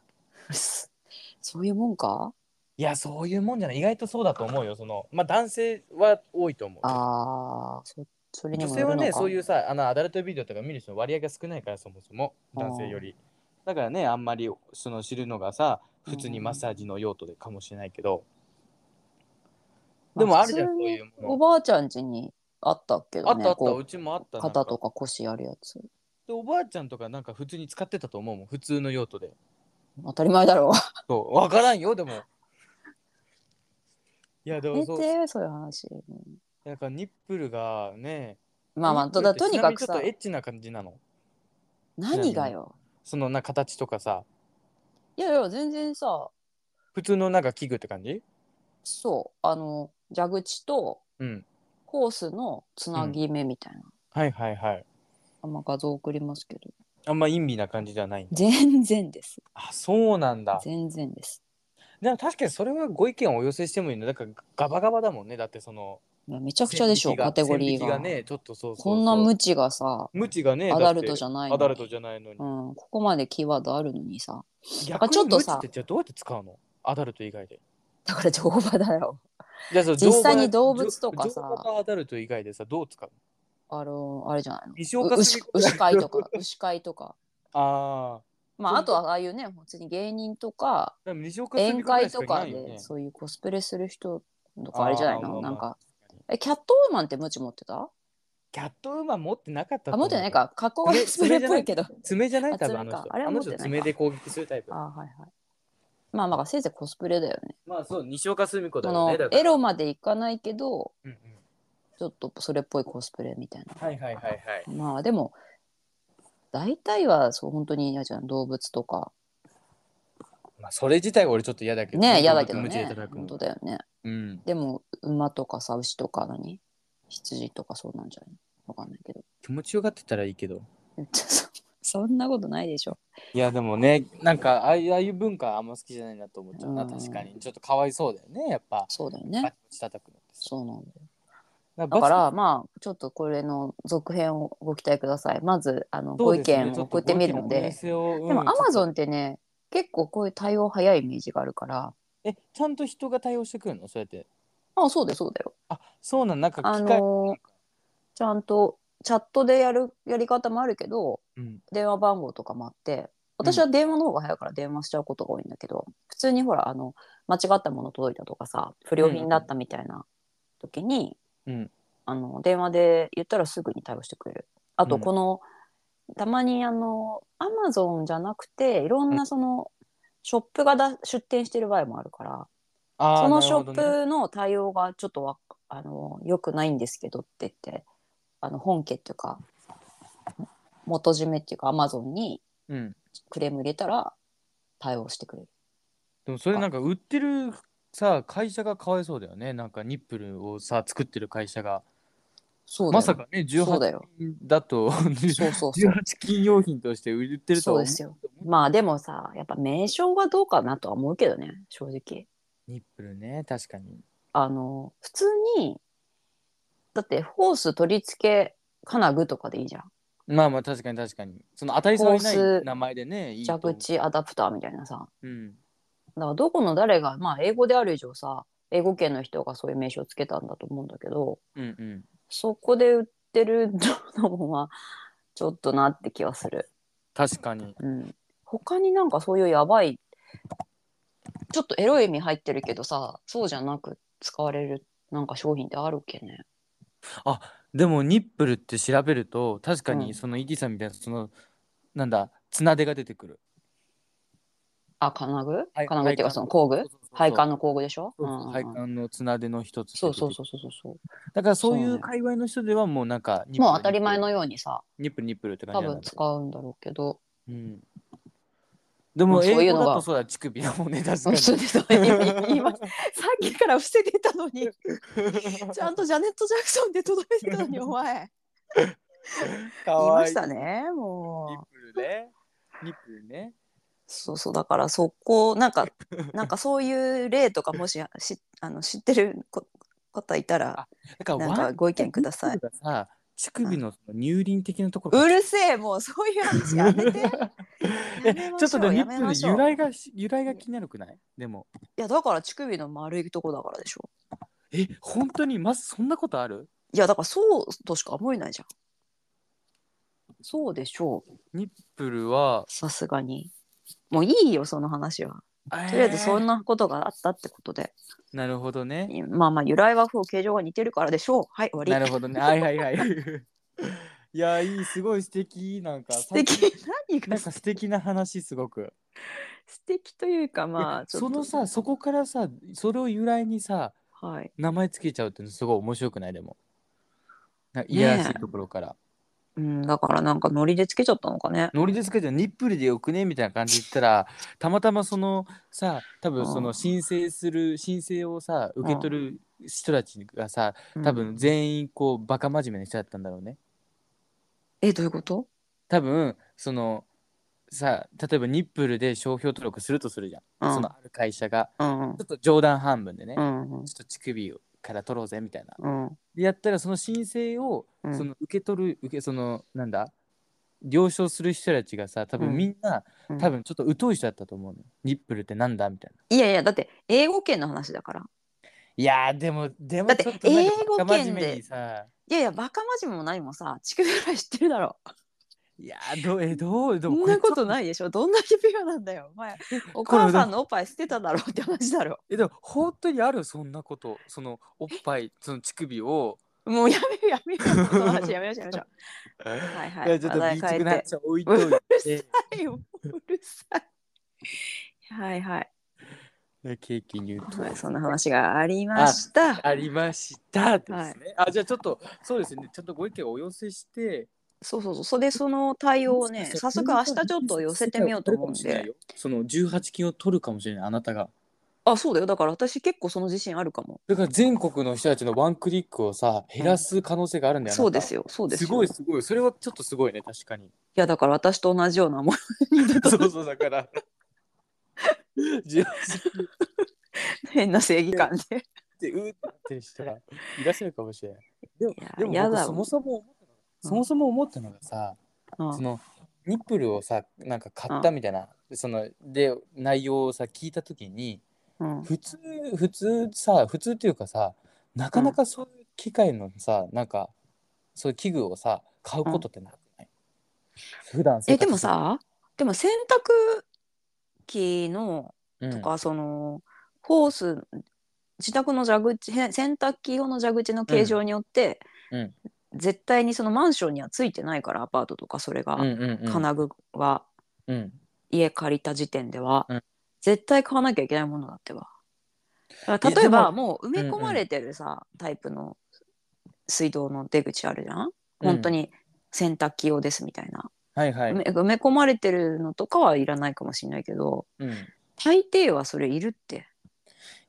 B: そういうもんか
A: いやそういうもんじゃない意外とそうだと思うよそのまあ男性は多いと思う
B: ああ、そそれに
A: 女
B: も
A: 性
B: よる
A: は
B: のか
A: ねそういうさあのアダルトビデオとか見る人の割合が少ないからそもそも
B: あー
A: 男性よりだからねあんまりその知るのがさ普通にマッサージの用途でかもしれないけど、でもあるじゃん
B: 普通
A: そう
B: に
A: いうもの
B: おばあちゃん家にあったっけど
A: あ
B: ね。
A: ったあった
B: こ
A: う
B: う
A: ちもあったなん
B: 肩とか腰あるやつ。
A: でおばあちゃんとかなんか普通に使ってたと思うもん普通の用途で
B: 当たり前だろ
A: そう分からんよでもいやで
B: う。
A: も
B: 出
A: そう
B: てそういう話。
A: なんかニップルがね
B: まあまあ、
A: ニップ
B: と
A: ルっ
B: だ
A: て
B: とにかく
A: ちな
B: さ
A: みにちょっとエ、ッチな感じなの
B: 何がよ。
A: そのな形とかさ
B: いやいや、全然さ、
A: 普通のなんか器具って感じ
B: そう、あの、蛇口と
A: うん
B: ホースのつなぎ目みたいな。
A: はいはいはい
B: あんま画像送りますけど。
A: あんま陰微な感じじゃないんだ
B: 全然です。
A: あそうなんだ
B: 全然です。
A: でも確かにそれはご意見をお寄せしてもいいねだからガバガバだもんねだってその
B: いやめちゃくちゃでしょ、
A: 線引きが
B: カテゴリー
A: 線
B: が。
A: 引きがねちょっとそうそうそう
B: こんな無知がさ、
A: 無知がね
B: アダルトじゃ
A: な
B: ない
A: アダルト
B: ゃ
A: じゃないのに
B: うん、ここまでキーワードあるのにさ。
A: 逆に
B: ちょっとさ
A: 無知ってじゃあどうやって使うのアダルト以外で
B: だから乗馬だよ。
A: じゃあそう
B: 実際に
A: 乗馬
B: 動物とかさ
A: 乗馬とアダルト以外でさどう使うの
B: あの、あれじゃないの。
A: 西岡
B: う
A: 杉
B: 牛牛飼いとか、牛飼いとか。
A: ああ
B: ま
A: そう
B: あ、あとはああいうね、普通に芸人とか、
A: でも西岡杉
B: 宴会とか
A: ぐらい
B: で、
A: しい
B: そういうコスプレする人とかあれじゃない
A: あーま
B: の
A: あま
B: な
A: あ
B: んか。
A: ないよね
B: え、キャットウーマンってムチ持ってた
A: キャットウーマン持ってなかったと
B: あ、
A: 思う
B: 持ってないか。格好が
A: 爪
B: スプレーっぽいけど。
A: 爪じゃない
B: あ
A: 多分あ
B: 爪
A: の
B: か
A: 人
B: あれは
A: の
B: 持って
A: 人
B: ないか
A: 爪で攻撃するタイプ
B: あー、はいはい。まあまあ、せいぜいコスプレだよね。
A: まあそう西岡澄子だ
B: そ
A: よ
B: の
A: ねだから
B: エロまでいかないけど、
A: うんうん
B: ちょっとそれっぽいコスプレみたいな。
A: はいはいはいはい。
B: まあでも大体はそう本当に嫌じゃん動物とか
A: まあ、それ自体が俺ちょっと嫌だけど
B: ね嫌だけど
A: 無知で
B: ね
A: 叩く
B: 本
A: の
B: 当だよね
A: うん。
B: でも馬とかさ牛とか何羊とかそうなんじゃないわかんないけど
A: 気持ちよがってたらいいけど。
B: そそんなことないでしょ
A: いや、でもね、なんか、ああいうああいう文化あんま好きじゃないなと思っちゃうな、
B: うん
A: 確かに。ちょっとかわいそうだよね、やっぱ。
B: そうだよ
A: バ
B: ね
A: チバチ叩くのってさ。
B: そうなんだよ
A: だ
B: だからまあちょっとこれの続編をご期待くださいまずあの
A: そ
B: ご
A: う
B: 意
A: ですね
B: 見送ってみるので
A: ちょっとご意見お寄せをうん
B: でもアマ
A: ち
B: ゾ
A: ょっ
B: ンってね結構こういう対応早いイメージがあるから
A: とえ、ちゃんと人が対応してくるのそうやって。
B: あそうだよそうだよ
A: あ、そうなん、なんか
B: あ
A: 機械。
B: のーちゃんとチャットでやるやり方もあるけど
A: うん
B: 電話番号とかもあって私は電話の方が早いから電話しちゃうことが多いんだけど、普通にほらあの間違ったもの届いたとかさ不良品だったみたいな時に、
A: うん
B: あの電話で言ったらすぐに対応してくれる。あ
A: う
B: と
A: ん
B: この、たまにあのアマゾンじゃなくていろんなその、ショップがだ出店してる場合もあるから、
A: あー
B: その
A: な
B: シ
A: る
B: ョ
A: ほどね
B: ップの対応がちょっとわあの良くないんですけどって言ってあの本家っていうか元締めっていうかアマゾンに
A: うん。
B: クレーム入れたら対応してくれる
A: でもそれなんか売ってるさ、会社がかわいそうだよね。なんかニップルをさ、作ってる会社が。
B: そうだよ
A: まさかね、
B: そうだ
A: 18
B: よ
A: 金だと、
B: そうそうそう
A: 18金用品として売ってるとは思
B: そうですよ。
A: あ、
B: まあでもさやっぱ名称がどうかなとは思うけどね正直
A: ニップルね、確かに。
B: あの普通にだってホース取り付け金具とかでいいじゃん
A: まあまあ、確かに確かに。その値障りな
B: コー
A: い
B: ス
A: 名前でね、いいと思う
B: 蛇口アダプターみたいなさ
A: うん。
B: だからどこの誰がまあ英語である以上さ英語圏の人がそういう名称をつけたんだと思うんだけど
A: うんうん。
B: そこで売ってるのもまあちょっとなって気はする。
A: 確かに。
B: うん、他になんかそういうやばいちょっとエロい意味入ってるけどさそうじゃなく使われるなんか商品ってあるっけね。
A: でも、ニップルって調べると、確か
B: うん
A: にその ET さんみたいな、その、なんだ、綱手が出てくる。
B: あ金具、
A: はい
B: 金具っていうかその工具配管の工具でしょ
A: そう
B: う
A: そ
B: ん
A: う
B: う
A: そううん
B: ん
A: 配管の綱手の一つ。
B: そうそうそうそうそうそう
A: だからそうい
B: そう
A: う
B: ね
A: 界隈の人ではもうなんかニップル
B: もう当たり前のようにさ
A: ニップルニップルって感
B: 多
A: じなんだ
B: 分
A: けど
B: 使うんだろうけど
A: うんでも
B: まあそうい
A: 英
B: う
A: 語
B: のが
A: だとそうだ乳首だもんね確か
B: そ
A: に
B: うですそうです言いました さっきから伏せてたのにちゃんとジャネット・ジャクソンで届いてたのにお前
A: か
B: 言いま
A: わい
B: し
A: い
B: たね
A: ニッ
B: もう
A: プルねニップルね
B: そうそうだからそこなんかなんかそういう例とかもししあの知ってるこ方いたら
A: だから
B: なんかご意見く ださい
A: ニップルがさ乳首のその乳輪的なところ
B: う
A: から
B: るせえもうそういう話やめてや
A: え
B: めま
A: ちょっ
B: し
A: と
B: ょ
A: ね
B: う
A: ニ
B: や
A: ッ
B: め
A: プ
B: ま
A: ル
B: しょ
A: 由
B: う
A: 来がし由来が気になるくないでも
B: いやだから乳首の丸いとこだからでしょ
A: え本当にまずそんなことある
B: いやだからそうとしか思えないじゃんそうでしょう
A: ニップルは
B: さすがにもういいよその話は
A: と
B: とりあえずそんなことがあったってことで、
A: なるほどね
B: まあまあ由来は風形状が似てるからでしょう。はい終わり。
A: なるほど ね。はいはい はい。いやいいすごい素敵なんか
B: 素敵
A: 最近
B: 何
A: な
B: が
A: んか素敵な話すごく。
B: 素敵というかま
A: い
B: あ
A: や
B: ちょっと
A: そのさそこからさそれを由来にさ
B: はい
A: 名前つけちゃうっていうのすごい面白くないでも。なんかいやらしいところから。
B: うんだからなんかノリでつけちゃったのかね。
A: ノリでつけちゃうニップルでよくねみたいな感じで言ったらたまたまそのさ多分そ
B: うん
A: の申請する申請をさ受け取る人たちがさ
B: うん
A: 多分全員こうバカ真面目な人だったんだろうね。
B: えどういうこと？
A: 多分そのさ例えばニップルで商標登録するとするじゃん、
B: うん
A: そのある会社が
B: うん
A: ちょっと冗談半分でね、
B: う
A: ちょっ
B: ん
A: と乳首から取ろうぜみたいな
B: うん
A: でやったらその申請を、
B: うん
A: その受け取る受けそのなんだ了承する人たちがさ多
B: うん
A: 分みんな、
B: うん
A: 多分ちょっと疎い人だったと思うのよニップルってなんだみたいない
B: やいやだって英語圏の話だから。
A: いやーでもでも
B: だって
A: ちょっとなん
B: 英語
A: かバカ
B: 圏
A: 真面
B: で
A: 目にさ
B: いやいやバカ真面目も何もさ乳首ぐらい知ってるだろ。
A: いやーどうえどうで
B: そ
A: も
B: ん
A: れ
B: なこと
A: ちょっ
B: ないでしょ。どんだけピュアなんだよ。お前お
A: これ
B: 母さんのおっぱい捨てただろうって話だろ。
A: えでも本当にあるそんなことそのおっぱいその乳首を
B: もうやめようやめよう。その話やめましょうやめましょう。はいはい。
A: いやちょっと
B: 話題
A: ビー
B: 変え
A: チ
B: て
A: クな話は置いといて
B: うるさいようるさいはいはい
A: ケーキ入刀
B: はい、そんな話がありました。
A: ありましたですね。
B: はい
A: あじゃあちょっとそうですねちょっとご意見をお寄せして
B: そうそうそう。それでその対応をね、
A: そう
B: 早速明日ちょっと寄せてみようと思うんで。。
A: その18金を取るかもしれないあなたが。
B: あ、そうだよ。だから私結構その自信あるかも。
A: だから全国の人たちのワンクリックをさ減らす可能性があるんだよ、
B: そうです
A: よ。
B: よ。そうです
A: す
B: よ。
A: ごい
B: い
A: すごいそれはちょっとすごいね確かに。
B: やだから私と同じようなもん。
A: そうそうだ から。18
B: 変な正義感 で。
A: ってうーってなってる人がいらっしゃるかもしれない。でも
B: いや
A: でも
B: や
A: 僕
B: だ
A: そもそも思ったのがそもそも思ったのがさ、
B: うん
A: そのニップルをさなんか買ったみたいな、そので内容をさ聞いた時に
B: うん。
A: 普通普通さ普通っていうかさなかなかそういう機械のさ、なんかそういう器具をさ買うことってなくない、普段生
B: え、
A: 活
B: でもさ、でも洗濯機の
A: うん
B: とか、そのホース自宅の蛇口へ洗濯機用の蛇口の形状によって、
A: うんうん
B: 絶対にそのマンションにはついてないからアパートとかそれが、
A: うんうんうん
B: 金具は
A: うん
B: 家借りた時点では、
A: うん
B: 絶対買わなきゃいけないものだってば。だから
A: え
B: 例えば
A: で
B: もう埋め込まれてるさ、タイプの水道の出口あるじゃん本当に洗濯機用ですみたいな、
A: はいはい、
B: 埋め埋め込まれてるのとかはいらないかもしれないけど
A: うん、
B: 大抵はそれいるって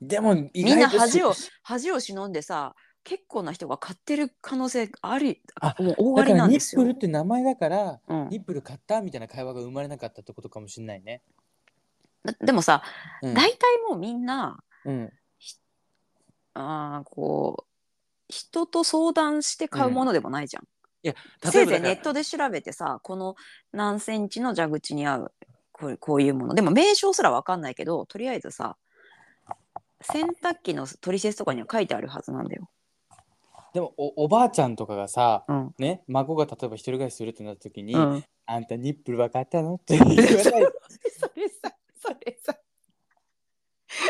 A: でも意
B: みんな
A: 外と
B: 恥を恥を忍んでさ結構な人が買ってる可能性あり
A: あ
B: もう大あ
A: だか
B: り
A: ら
B: なん
A: ニ
B: で
A: ッ
B: す
A: プル
B: よ
A: っ。て名前だから
B: うん、
A: ニップル買ったみたいな会話が生まれなかったってことかもしれないね。
B: だでもさ
A: うん
B: 大体もうみんな
A: うん
B: あーこう人と相談して買うものでもないじゃん、せ
A: 例
B: い
A: えば
B: ぜ
A: だ
B: い
A: か
B: ネ
A: ら
B: ットで調べてさこの何センチの蛇口に合うこうこういうものでも名称すら分かんないけどとりあえずさ洗濯機の取説とかには書いてあるはずなんだよ。
A: でもおおばあちゃんとかがさ、
B: うん
A: ね、孫が例えば一人暮らしするってなった時に「
B: うん、
A: あんたニップル分かったの?」って言わな い
B: それさそれさ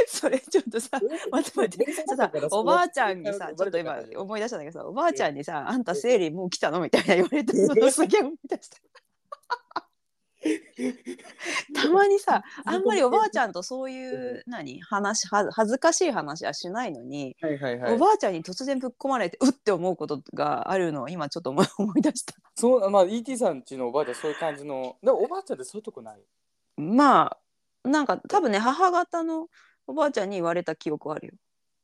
B: それちょっとさ待って待 ってちょっとさおばあちゃんにさちょっと今思い出したんだけどさおばあちゃんにさ「あんた生理もう来たの?」みたいな言われてそのすげえ思い出 した。たまに さあんまりおばあちゃんとそういう何話は恥ずかしい話はしないのに、
A: はいはいはい
B: おばあちゃんに突然ぶっ込まれてうって思うことがあるのを今ちょっと思い思い出した。
A: そうまあ ET さんちのおばあちゃんそういう感じのでもおばあちゃんってそういうとこない
B: まあなんか多分ね母方のおばあちゃんに言われた記憶はあるよ。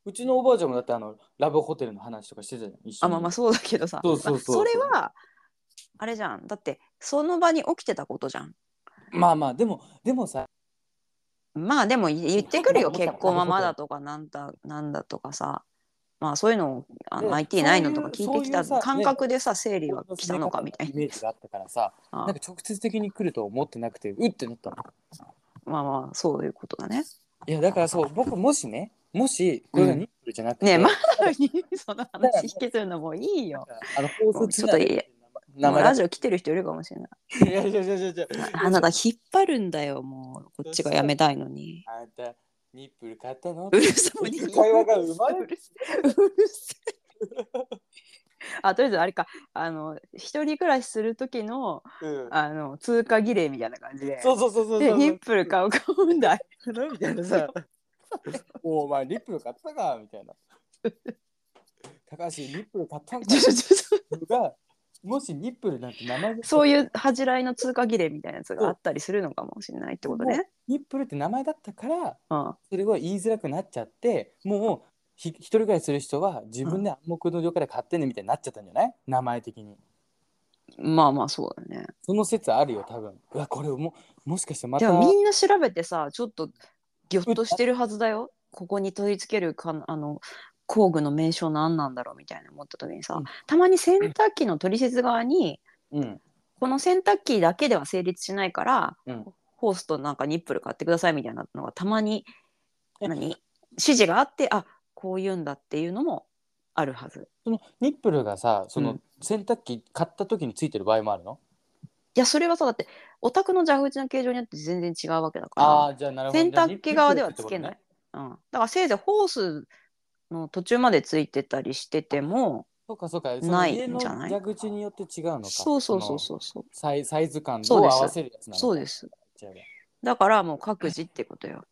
A: うちのおばあちゃんもだってあのラブホテルの話とかしてたじゃん一緒
B: あ
A: に
B: まあまあそうだけどさ
A: そうそうそう
B: まあそれはあれじゃんだってその場に起きてたことじゃん。
A: まあまあでもでもさ
B: まあでも言ってくるよ
A: まあまあ
B: 結婚はまだとかなんだなんだとかさまあそういうのをあの
A: ね
B: IT ないのとか聞いてきた
A: そういうそういうさ
B: 感覚でさ生理は来たのかみたい
A: イメージがあったからさ
B: な
A: なんか直接的に来ると思ってなくてうってなったの
B: まあまあそういうことだ ね。
A: いやだからそう僕もしねもしこれがニップルじゃなくて、
B: ねえまだにその話引きずるのもういいよ。
A: あの放送つな
B: ちょっといい
A: 名
B: もう
A: 前
B: ラ
A: だ
B: ジオ来てる人いるかもしれない。
A: いやいやいやいやいや
B: あなた引っ張るんだよもうこっちがやめたいのに。
A: あんたニップル買ったの
B: うるさいに
A: 会話が生まれ
B: うるさいうるさ い。あとりあえずあれかあの一人暮らしする時の
A: うん
B: あの通過儀礼みたいな感じで。
A: そうそうそうそう
B: で
A: そう
B: ニップル買う買うんだ。
A: プルみたいなさお前ニップル買ったかみたいな高橋ニップル買ったんか
B: ちょちょちょ
A: がもしニップルなんて名前
B: そう
A: う
B: いう恥じらいの通過儀礼みたいなやつがあったりするのかもしれないってことね。
A: ニップルって名前だったから
B: うん、
A: それは言いづらくなっちゃってもうひ一人ぐらいする人は自分で暗黙の了解で買ってねみたいになっちゃったんじゃない名前的に
B: まあまあそうだね。
A: その説あるよ多分うわこれももしかしてま
B: で
A: た
B: もみんな調べてさちょっとぎょっとしてるはずだよ。ここに取り付けるかあの工具の名称何なんだろうみたいな思った時にさ、
A: うん
B: たまに洗濯機の取説側に
A: うん
B: この洗濯機だけでは成立しないから、
A: うん
B: ホースとなんかニップル買ってくださいみたいなのがたまに
A: え
B: 何指示があってあこういうんだっていうのもあるはず。
A: そのニップルがさそうの
B: ん
A: 洗濯機買った時についてる場合もあるの、
B: いやそれはさだってお宅の蛇口の形状によって全然違うわけだ
A: あ
B: か
A: あじゃあな
B: ら
A: るほど
B: 洗濯機側ではつけない、
A: じ
B: うん、だからせいぜいホースの途中までついてたりしてても
A: ゃあニップルってことねそうかそうかその
B: ない
A: 家の
B: じゃない
A: 蛇口によって違うのか
B: そうそうそう
A: う
B: そうそう
A: サイサイズ感を
B: そう
A: 合
B: です
A: わせるやつなのか
B: そうです
A: じゃあ
B: だからもう各自ってことよ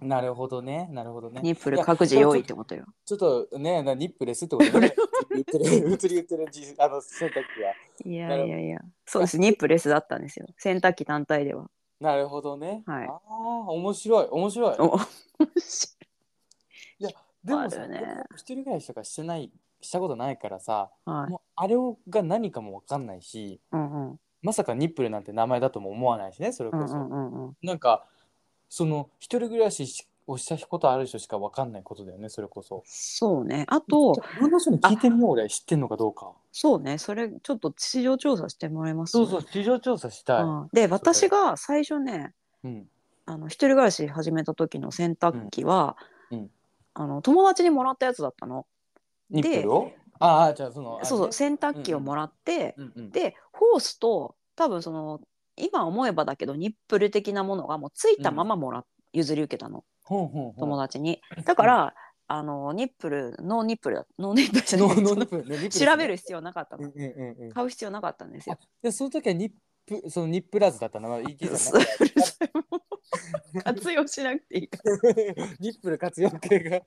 A: なるほどね。なるほどね。
B: ニップル各自用意ってことよ。
A: ちょっとね、なニップレスってこと ね。言ってる、移り言ってるじあの洗濯機は。
B: いや
A: ないる
B: やいや。そうです。ニップレスだったんですよ。洗濯機単体では。
A: なるほどね。
B: はい
A: ああ、面白い、面白い。
B: お
A: でもさ、
B: あるね
A: 僕一人暮らしとかしてない、したことないからさ、
B: はい。
A: もうあれが何かもわかんないし、
B: うんうん。
A: まさかニップルなんて名前だとも思わないしね、それ
B: う
A: こ
B: ん
A: そ。
B: うんうんうん。
A: なんか、その一人暮らししをしたことある人しかわかんないことだよね、それこそ。
B: そうね。あと、
A: じゃあいろんな人に聞いてみよう、俺、知ってんのかどうか。
B: そうね。それ、ちょっと市場調査してもらいます、
A: そうそう、市場調査したい。
B: うんで、私が最初ね、
A: うん。
B: あの一人暮らし始めた時の洗濯機は、
A: うんうん
B: あの友達にもらったやつだったの。
A: ニップルをああ、じゃあその。あれね
B: そうそう洗濯機をもらって、
A: うんうん。
B: でホースと多分その今思えばだけどニップル的なものがもうついたままもら、譲り受けたの
A: ほんほんほん。
B: 友達に。だから、あのニップルノーニップルだノーニップルじゃない
A: ノーノーニッ
B: そ
A: プルねニップルですね
B: の調べる必要なかった
A: うん
B: の。
A: うんうんうん。
B: 買う必要なかったんですよ。
A: で、その時はニップ、そのニップラーズだったのは、いい機じゃ なくて
B: 活用しなくていいから。
A: ニップル活用系が。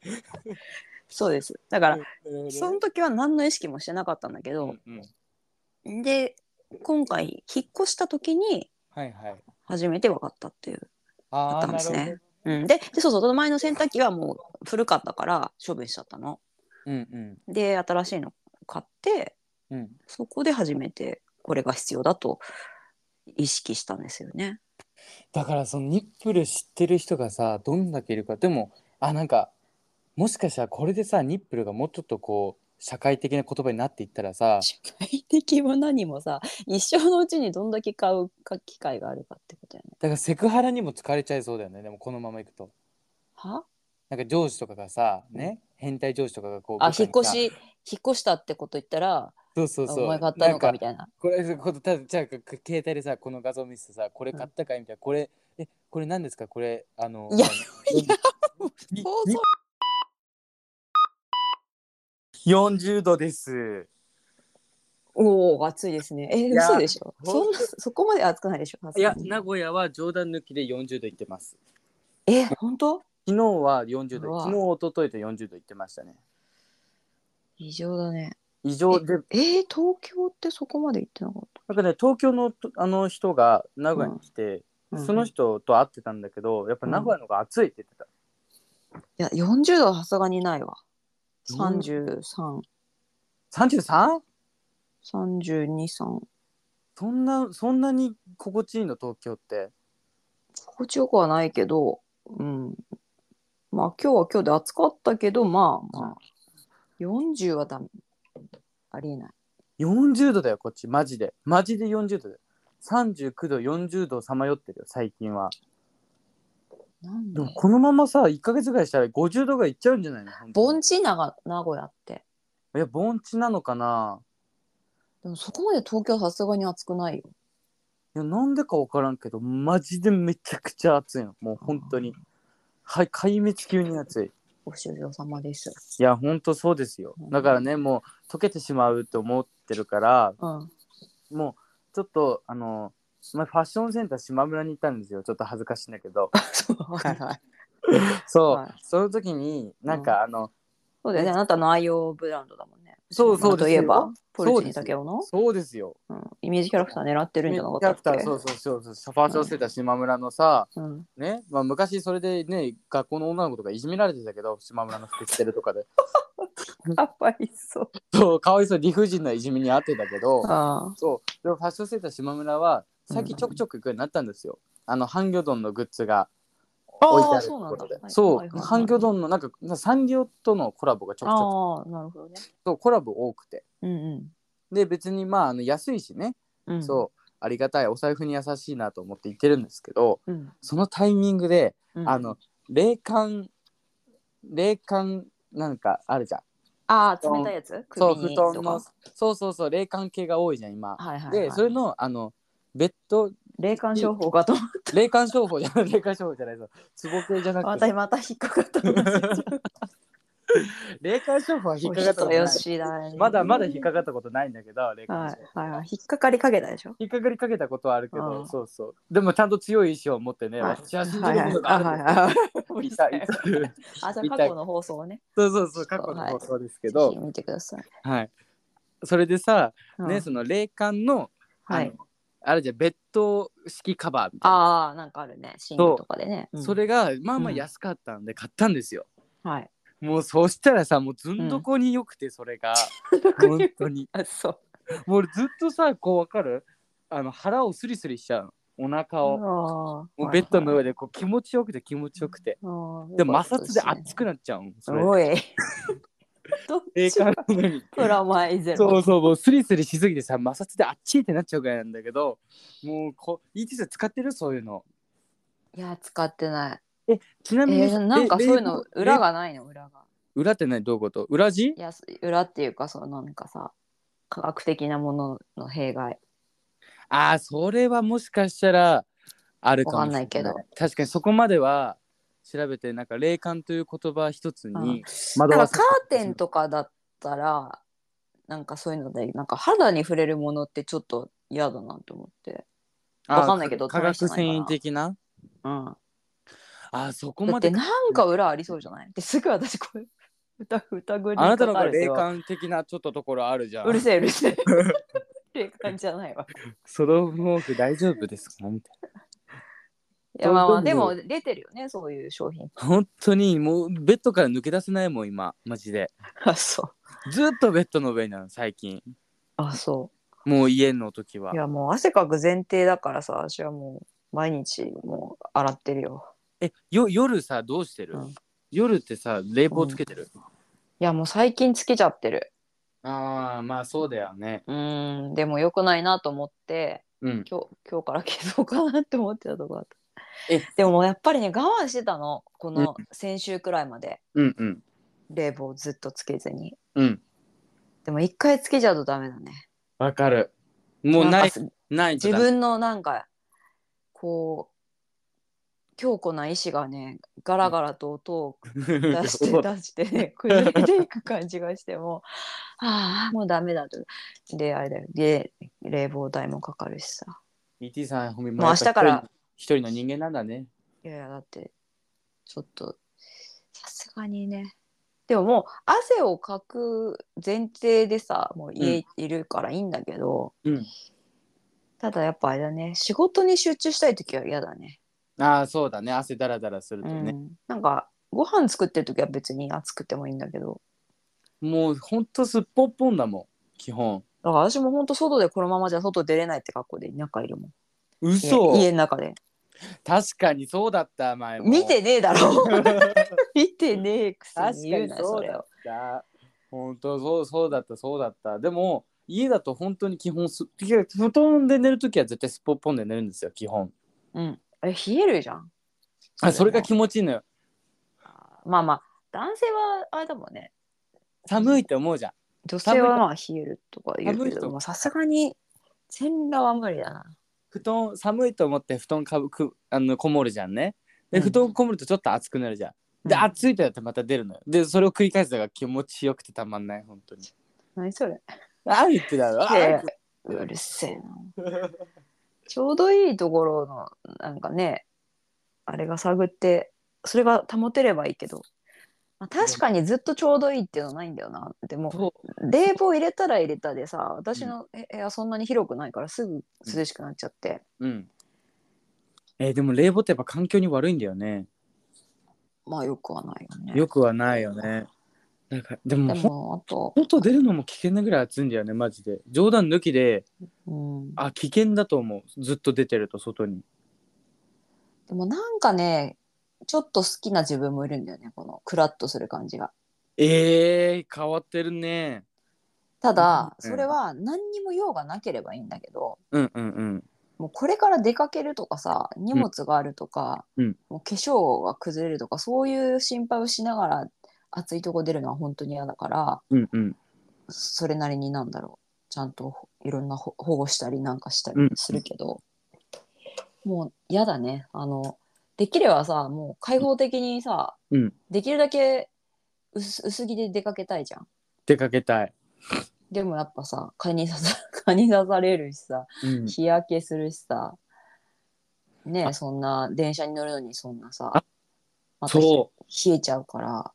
B: そうです。だから、
A: うん
B: その時は何の意識もしてなかったんだけど、
A: うんうん
B: で今回引っ越した時に
A: はいはい。
B: 初めて分かったっていう、
A: あ
B: だった
A: あ、
B: ん
A: な
B: で
A: る
B: す
A: ほ
B: ね
A: ど。
B: うん、ででそうそうその前の洗濯機はもう古かったから処分しちゃったの
A: うんうん。
B: で新しいの買って
A: うん、
B: そこで初めてこれが必要だと意識したんですよね
A: だからそのニップル知ってる人がさどんだけいるかでもあなんかもしかしたらこれでさニップルがもうちょっとこう社会的な言葉になっていったらさ
B: 社会的も何もさ一生のうちにどんだけ買うか機会があるかってことやね
A: だからセクハラにも疲れちゃいそうだよねでもこのままいくと
B: は
A: なんか上司とかがさね変態上司とかがこう
B: あ
A: 部下
B: 引っ
A: にさ
B: 越し引っ越したってこと言ったら
A: そうそうそう
B: お前買ったのかみ
A: いな
B: たいなん
A: かこれこたじゃあ携帯でさこの画像見せてさこれ買ったかいみたいなこれえこれ何ですかこれあの
B: いや
A: あの
B: いや
A: に
B: そうそう
A: 40度です
B: おお暑いですね。え
A: いや
B: 嘘でしょ。そ
A: ほ
B: ん
A: ん
B: なそこまで暑くないでしょ。さす
A: い
B: が
A: や
B: に
A: 名古屋は冗談抜きで40度いってます
B: え本当？
A: 昨日は40
B: う
A: 度
B: わ
A: 昨日一昨日と40度いってましたね
B: 異常だね。
A: 異常で
B: えー、東京ってそこまで行ってなかっ
A: なんかね東京のとあの人が名古屋に来て、
B: た。
A: その
B: うんい
A: 人と会ってたんだけどやっぱ名古屋の方が暑いって言ってた、
B: や40度はさすがにないわ。三
A: 40
B: 十三、
A: 33?
B: 三十二三。
A: そんなそんなに心地いいの東京って
B: 心地よくはないけど、うん。まあ今日は今日で暑かったけど、まあまあ四十はダメ。ありえない。
A: 40度だよこっちマジでマジで40度だよ39度40度さまよってるよ最近は
B: なん
A: で
B: で
A: も？このままさ1ヶ月ぐらいしたら50度がいっちゃうんじゃないの本当に
B: 盆地なが名古屋って。
A: いや盆地なのかな
B: でもそこまで東京はさすがに暑くないよ。
A: いやなんでか分からんけどマジでめちゃくちゃ暑いのもう本当にはい壊滅級に暑い
B: ご愁傷様です。
A: いや本当そうですよだからねもう溶けてしまうと思ってるから
B: うん。
A: もうちょっとあの、まあ、ファッションセンター島村に行ったんですよちょっと恥ずかしいんだけど
B: そう、 はいはい。
A: そう、
B: はい
A: その時になんかあの、
B: そうだよね。あなたの愛用ブランドだもんね。
A: そうそう
B: と
A: ですよ
B: いえば、ポル
A: そ
B: チ
A: う
B: ニ
A: です
B: タケオの、
A: そうですよ
B: うん、イメージキャラクター狙って
A: キ
B: るんじゃなかっ
A: ャ
B: た
A: ラ
B: っ
A: ク
B: け
A: ターそうそうそうそうファッションセンター島村のさ、
B: うん、
A: ねまあ、昔それでね学校の女の子とかいじめられてたけど島村の服着てるとかで
B: やっぱりそう。
A: そうかわいそう理不尽ないじめにあってたけど
B: あ
A: そうでもファッションセンター島村は最近ちょくちょく行くようになったんですよ、あのハンギョドンのグッズが
B: あ
A: 置いて
B: あ
A: あ
B: あ、
A: ると
B: そうなん
A: こ
B: だ
A: ろで。
B: は
A: そ
B: いは
A: う
B: いはい
A: ハンギョドンのなんかサンリオとのコラボがちょくちょく
B: ああ、なるほどね。
A: そうコラボ多くて
B: うん
A: で別にまああの安いしね、
B: うん。うん、
A: そうありがたいお財布に優しいなと思って行ってるんですけど
B: うん。
A: そのタイミングで、
B: うん。
A: あの冷感冷感なんかあるじゃん
B: ああ、冷たいやつ
A: そう
B: 首
A: 布
B: に
A: 団
B: と
A: の
B: か
A: そうそうそう冷感系が多いじゃん今、
B: はいはい、はい。
A: でそれのあのベッド
B: 霊感商法かと思っ
A: 霊感商法じゃない霊感商法じゃないぞ壺系じゃ
B: た。
A: な
B: ま
A: くて
B: たまた引っかかった話。
A: 霊感商法 は引っかかったことない
B: よしだね
A: まだまだ引っかかったことないんだけど霊感
B: は
A: 商法
B: いはいはい引っかかりかけたでしょ。
A: 引っかかりかけたことはあるけ
B: う
A: ど
B: ん
A: そうそうでもちゃんと強い意志を持ってね
B: はい
A: 私は信じ
B: はい
A: る
B: は
A: こ
B: い
A: とが
B: あ
A: ある
B: はいはい。
A: いたいた
B: あじゃあ過去の放送をね。
A: そうそうそう過去の放送ですけど、
B: ぜひ見てください。
A: はい。それでさ、
B: うん
A: ね、その霊感の、
B: は
A: あ
B: い
A: の。あれじゃんベッド式カバーみたいな。
B: ああなんかあるね。シングとかでね。うん
A: それがまあまあ
B: うん
A: 安かったんで買ったんですよ。
B: はい。
A: もうそうしたらさ、もうずんどこに良くてそれが、本当に。
B: あそう。
A: もうずっとさ、こうわかる？あの腹をスリスリしちゃうの。お腹を。
B: ああ
A: もうベッドの
B: 上。
A: 上でこう気持ちよくて気持ちよくて。で
B: で
A: も摩擦で熱くなっちゃうの。それ
B: お い。どっ
A: 霊
B: ち
A: 感
B: が
A: なのに。
B: プラマイゼロ。
A: そうそうもうスリスリしすぎてさ摩擦であっちいってなっちゃうぐらいなんだけどもうこ ET さん使ってるそういうの
B: いや使ってない。
A: ちなみに、
B: えーなんか
A: え
B: そういうの
A: 冷
B: 裏がないの裏が。
A: 裏って何どういうこと裏地
B: いやす裏っていうかそのなんかさ科学的なものの弊害。
A: ああそれはもしかしたらあるかもしれ
B: わかんないけ
A: 確かにそこまでは調べてなんか霊感という言葉一つに惑
B: なん
A: わ
B: か
A: さ
B: カー
A: れて
B: テンとかだったらなんかそういうのでなんか肌に触れるものってちょっと嫌だなと思って、
A: あー
B: わかんないけど
A: 化
B: 試して
A: 学
B: ないから
A: 繊維的な
B: うん、
A: あーそこ
B: だ
A: ま
B: って
A: で
B: なんか裏ありそうじゃないですぐ私これ歌歌ぐり
A: あなたの方が
B: 立たれ
A: 霊
B: ては
A: 感的なちょっとところあるじゃん
B: うるせえうるせえ霊感じゃないわ
A: その毛布大丈夫ですかみたい
B: いやまあまあ
A: で
B: で
A: も
B: も出てるよねそういう商品
A: な本当にもうベッドから抜け出せないもん今マジで
B: あそう
A: ずっとベッドの上なの最近
B: あそ
A: もう家の時は
B: ういやもう汗かく前提だからさ私はもう毎日もう洗ってるよ
A: えよ夜さどうしてる、
B: うん
A: 夜ってさ冷房つけてる、
B: いやもう最近つけちゃってる
A: ああまあそうだよね
B: うーんでも良くないなと思って
A: うん
B: 今日今日から消そうかなって思ってたとこだった
A: え
B: でもやっぱりね我慢してたのこの先週くらいまで、
A: うんうん
B: 冷房ずっとつけずに
A: うん
B: でも一回つけちゃうとダメだね
A: わかるもう
B: なん
A: な
B: か
A: い
B: す
A: ないと
B: 自
A: ダメ
B: 分のなんかこう強固な意志がねガラガラと音を出して 出してねくじいていく感じがしてもうああもうダメだとであれだよで冷房代もかかるしさ
A: ET さんほんま
B: もう明日から
A: 一人の人間なんだね
B: いやいやだってちょっとさすがにねでももう汗をかく前提でさもう家いるからいいんだけど、
A: うん
B: ただやっぱあれだね仕事に集中したい時は嫌だね、
A: ああそうだね汗だらだらすると
B: う
A: ね、
B: ん、なんかご飯作ってる時は別に熱くてもいいんだけど
A: もうほんとすっぽっぽんだもん基本
B: だから私もほんと外でこのままじゃ外出れないって格好で中いるもん家
A: 嘘
B: 家の中で
A: 確かにそうだった前も
B: 見てねえだろ
A: 確か
B: 見てねえくせに言う
A: に
B: なよ
A: そ
B: そうれ
A: だ
B: を
A: った本当そうそうだったそうだったでも家だと本当に基本すいや布団で寝るときは絶対スポッポンで寝るんですよ基本
B: うんえ冷えるじゃん
A: あそれが
B: も
A: 気持ちいいのよ
B: まあまあ男性はあれだもんね
A: 寒いって思うじゃん
B: 女性はまあ冷えるとか言う
A: 寒い
B: け
A: 人
B: どまあさすがに全裸は無理だな
A: 布団寒いと思って布団かぶくあのこもるじゃんねで
B: うん
A: 布団こもるとちょっと熱くなるじゃん、で
B: うん
A: 熱いとやってまた出るのよでそれを繰り返すのが気持ちよくてたまんない本当に
B: 何それ
A: あ言ってだろあ
B: でうるせえなちょうどいいところのなんかねあれが探ってそれが保てればいいけど、まあ、確かにずっとちょうどいいっていうのはないんだよなでも
A: そう
B: 冷房入れたら入れたでさ私の部部屋そんなに広くないからすぐ涼しくなっちゃって、
A: うんえーでも冷房ってやっぱ環境に悪いんだよね
B: まあよくはないよね
A: よくはないよねなんかでも
B: でもあと、
A: 本当出るのも危険なぐらい暑いんだよねマジで冗談抜きで
B: うん、
A: あ危険だと思うずっと出てると外に
B: でもなんかね、ちょっと好きな自分もいるんだよね、このクラッとする感じが。
A: えー、変わってるね
B: ただ、
A: うん
B: それは何にも用がなければいいんだけど、
A: うんうんうん
B: もうこれから出かけるとかさ、荷物があるとか、
A: うん
B: もう化粧が崩れるとか、そういう心配をしながら暑いとこ出るのは本当に嫌だから、
A: うんうん
B: それなりになんだろう。ちゃんとほいろんなほ保護したりなんかした
A: うん
B: りするけど、もう嫌だね。あの、できればさ、もう開放的にさ、
A: うん
B: できるだけ薄薄着で出かけたいじゃん
A: 出かけたい。
B: でもやっぱさ蚊に刺さ蚊に刺されるしさ
A: うん、
B: 日焼けするしさねえ
A: あ
B: そんな電車に乗るのにそんなさ
A: あ
B: またひ
A: そう
B: 冷えちゃうから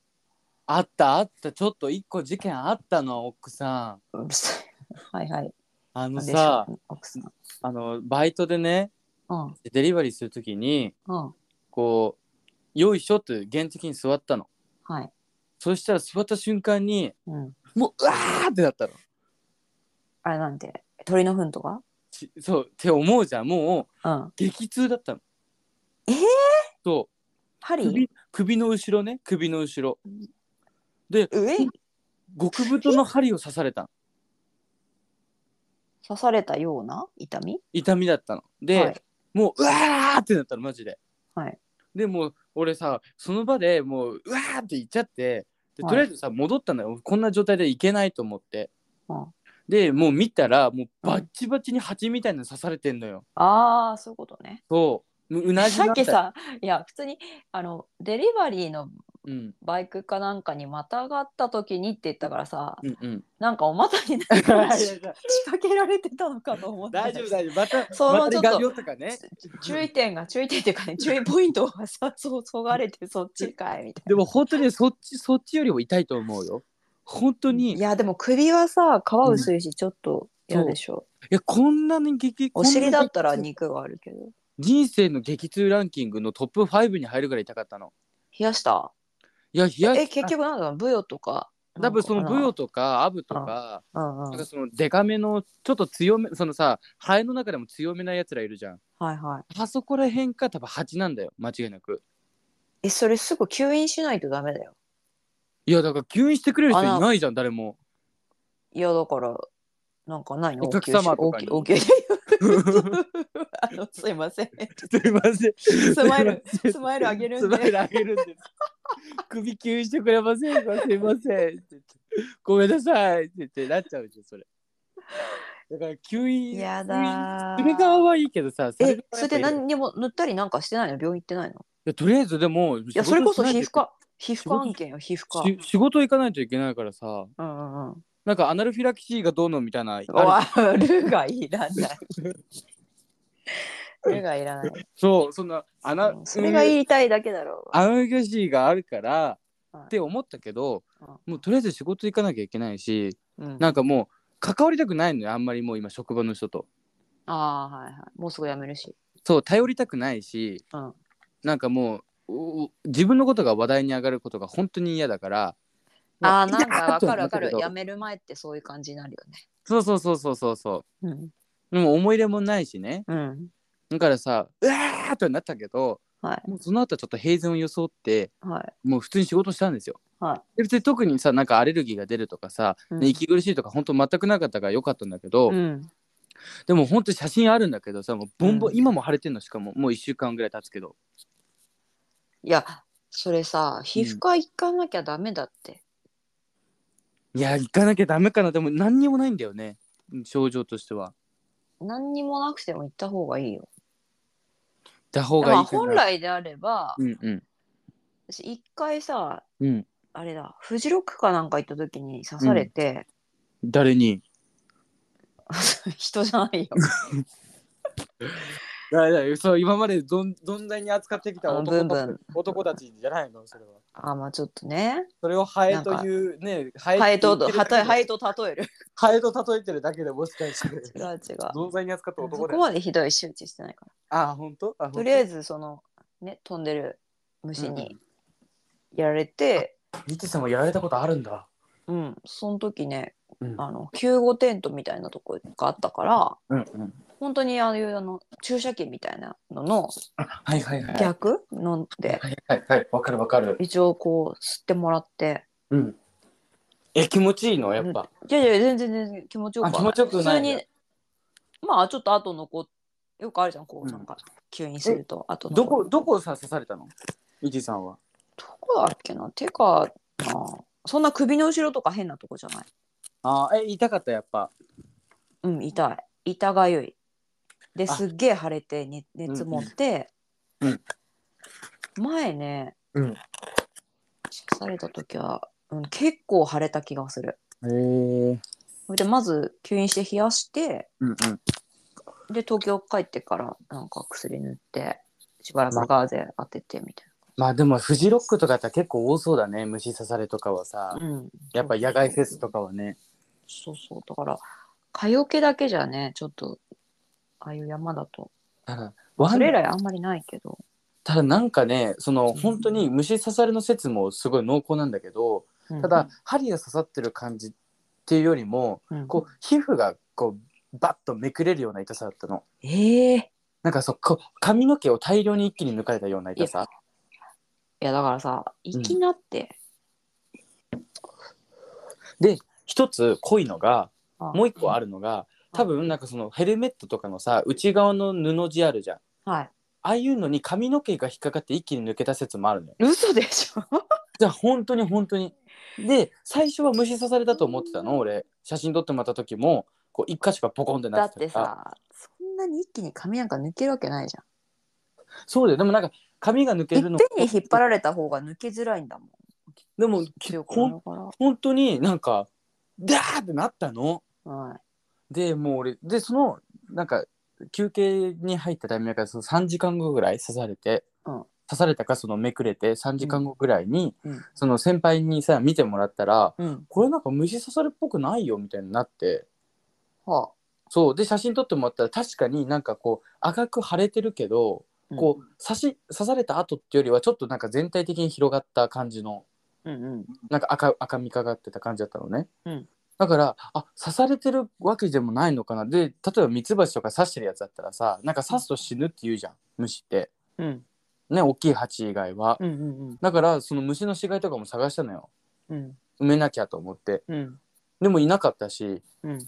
A: あったあったちょっと一個事件あったの奥さん。
B: うるさい はいはい
A: あの
B: なんでしょ
A: さ
B: う奥さん
A: あのバイトでね
B: うん
A: デリバリーするときに
B: うん
A: こうよいしょって原付に座ったの。
B: はい
A: そしたら座った瞬間に
B: うん
A: もううわーってなったの。
B: あれなんて鳥の糞とか
A: ちそうって思うじゃんもう
B: うん
A: 激痛だったの。
B: えー
A: そう
B: 針
A: 首首の後ろね首の後ろ
B: 上
A: 極太の針を刺されたの
B: 刺されたような痛み
A: 痛みだったので、
B: はい
A: もううわーってなったのマジで、
B: はい
A: でもう俺さその場でもううわーって行っちゃってで
B: はい
A: とりあえずさ、戻ったのよこんな状態で行けないと思って、
B: うん
A: でもう見たらもうバッチバチに蜂みたいなの刺されてんのよ、
B: ああそういうことね
A: そうううなじ
B: さ
A: なん
B: っ
A: だよ
B: きさいや普通にあのデリバリーの
A: うん
B: バイクかなんかにまたがった時にって言ったからさ
A: うんう ん
B: なんかお股になん
A: いやい
B: か
A: や
B: 仕掛けられてたのかと思って
A: 大丈夫大丈夫また
B: その
A: また
B: ちょっと
A: 画鋲とかね
B: 注意点が注意点っていうかね注意ポイントがさそうそがれてそっちかいみたいな
A: でも本当にそっちそっちよりも痛いと思うよ本当に
B: いやでも首はさ皮薄いしちょっと嫌でしょ、
A: いやこんなに激
B: お尻だったら
A: こんなに激
B: 肉があるけど
A: 人生の激痛ランキングのトップ5に入るぐらい痛かったの
B: 冷やした
A: いやいや
B: え結局なんだろうブヨとか
A: 多分そのブヨ
B: と
A: とかアブとか
B: うんう
A: なん
B: んは
A: か
B: い
A: そのデカめのちょっと強めそのさハエの中でも強めなやつらいるじゃん
B: はい
A: あそこら辺か多分蜂なんだよ間違いなく
B: えそれすぐ吸引しないとダメだよ
A: いやだから吸引してくれる人
B: あない
A: ないじゃん誰も
B: いやだからなんかないの
A: お客様とかに
B: お給仕お給お給 あのすい ません
A: すいません
B: スマイル
A: すいません
B: スマイルあげるん
A: ス
B: で
A: マイルあげるんです首吸引してくれませんかすいませんって言ってごめんなさいって言ってなっちゃうじゃんそれだから吸引
B: やだー
A: 吸引する側はいいけどさ側は
B: えそ
A: や
B: れ
A: っぱ
B: で
A: いるい
B: 何にも塗ったりなんかしてないの病院行ってないの
A: やとりあえずでもい
B: いやそれこそ皮膚科皮膚科案件よ皮膚科
A: し仕事行かないといけないからさ
B: うんうんうん
A: なんかアナルフィラキシーがどうのみたいなある
B: うわルーがいらないルーがいらない
A: そうそんなアナ
B: うんそれが言いたいだけだろ
A: アナルフィラキシーがあるから
B: はい
A: って思ったけど
B: うん
A: もうとりあえず仕事行かなきゃいけないし
B: う、うん、
A: なんかもう関わりたくないのよあんまりもう今職場の人と
B: ああーはいはいもうすぐ辞めるし
A: そう頼りたくないし、
B: うん
A: なんかもうう自分のことが話題に上がることが本当に嫌だから
B: ああ
A: もう
B: なんかわかるわか
A: い
B: る
A: やーって思ったけど
B: 辞める前ってそういう感じになるよね
A: そうそうそうそうそうそ
B: うん
A: うでも思い入れもないしね
B: うん
A: だからさうわーっとなったけど
B: は
A: もうその後ちょっと平然を装って
B: いはい
A: もう普通に仕事したんですよ。
B: はい
A: で別に特にさなんかアレルギーが出るとかさ、
B: うん
A: ね息苦しいとか本当全くなかったから良かったんだけど、
B: うん
A: でも本当に写真あるんだけどさもうボンボン、
B: うん
A: 今も腫れてんのしかももう1週間ぐらい経つけど
B: いやそれさ皮膚科行かなきゃダメだって、
A: いや行かなきゃダメかなでも何にもないんだよね症状としては。
B: 何にもなくても行った方がいいよ
A: 行った方がいい
B: まあ
A: かな
B: 本来であれば、
A: うんうん
B: 私一回さ
A: うん
B: あれだフジロックかなんか行った時に刺されて、
A: 誰に
B: 人じゃないよ
A: だだそう今までどんどんなに扱ってきた
B: あの
A: 男
B: ブンブ
A: たち男たちじゃないのそれは
B: あまあちょっとね
A: それをハエというねハ
B: ハエと
A: と
B: ハエハエと例える
A: ハエと例えてるだけでもしかして
B: 違う違う
A: どんなに扱った
B: そ
A: 男だ
B: こ
A: よ
B: までひどい周知してないか
A: あ本当あ
B: らとりあえ
A: ず
B: ずそのね飛んでる虫
A: うんう
B: にやられて
A: リテさんもやられたことあるんだ
B: うん、その時ね
A: うん
B: あの救護テントみたいなとこがあったから
A: うんうん
B: 本当にああいうあの注射器みたいなのの
A: はいはいはい
B: 逆飲んで
A: はいはいはいわかるわかる
B: 一応こう吸ってもらって
A: うんえ気持ちいいのやっぱ
B: いやいや全然全然気持ちよくは
A: あ気持ちよくないんだ
B: 普通にまあちょっと後残っよくあるじゃんこ
A: う
B: うんなんか吸引すると後
A: ど
B: 残
A: こ
B: る
A: どこさ刺されたのリテさんは
B: どこだっけな手かなそんな首の後ろとか変なとこじゃない
A: あえ痛かったやっぱ
B: うん痛い痛がゆいで
A: あ
B: すっげえ腫れて熱熱持って、
A: うん
B: 前ね
A: うん
B: 刺された時はうん、結構腫れた気がする。
A: えー、
B: それでまず吸引して冷やして
A: うんうん。
B: で東京帰ってからなんか薬塗ってしばらくガーゼ当ててみたい
A: まあでもフジロックとかやったら結構多そうだね虫刺されとかはさ、
B: な。うん、
A: やっぱ野外フェスとかはね
B: そうそうだから蚊よけだけじゃねちょっとああいう山だと
A: ただワ
B: そ
A: ン
B: れ以来あんまりないけど、
A: ただなんかねその
B: ん
A: 本当に虫刺されの説もすごい濃厚なんだけど
B: うん
A: ただ、針が刺さってる感じっていうよりも
B: うん
A: こう皮膚がこうバッとめくれるような痛さだったの
B: ええ
A: なんかそうこう髪の毛を大量に一気に抜かれたような痛さ
B: いやだからさ
A: ん
B: いきなって、
A: で一つ濃いのが
B: あ
A: もう一個あるのが多分なんかそのヘルメットとかのさ内側の布地あるじゃん
B: はい
A: ああいうのに髪の毛が引っかかって一気に抜けた説もあるのよ。
B: 嘘でし ょ
A: じゃあ本当に本当に。で最初は虫刺されだと思ってたの俺写真撮ってもらった時もこう一箇所がポコンって
B: だ
A: な
B: っ
A: っててたから
B: さそんなに一気に髪なんか抜けるわけないじゃん
A: そうだよでもなんか髪が抜け
B: いっ
A: るの
B: ぺんに引っ張られた方が抜けづらいんだもん
A: でも
B: 強く
A: ほん
B: だか
A: 本当になんかダーってなったの。
B: ら、はい、
A: でもう俺でそのなんか休憩に入ったタイミングからその3時間後ぐらい刺されて、
B: うん
A: 刺されたかそのめくれて3時間後ぐらいに、
B: うん
A: その先輩にさ見てもらったら
B: うん
A: これなんか虫刺されっぽくないよみたいになって
B: は
A: そうで写真撮ってもらったら確かになんかこう赤く腫れてるけど
B: あ、
A: こう刺し刺された後っていうよりはちょっとなんか全体的に広がった感じの
B: うん、うんうん
A: なんか赤赤みかかってた感じだったのね、
B: うん
A: だからあ刺されてるわけでもないのかなで例えばミツバチとか刺してるやつだったらさなんか刺すと死ぬって言うじゃん虫って
B: うん
A: ね大きい蜂以外は、
B: うんうん
A: だからその虫の死骸とかも探したのよ
B: うん
A: 埋めなきゃと思って
B: うん
A: でもいなかったし
B: うん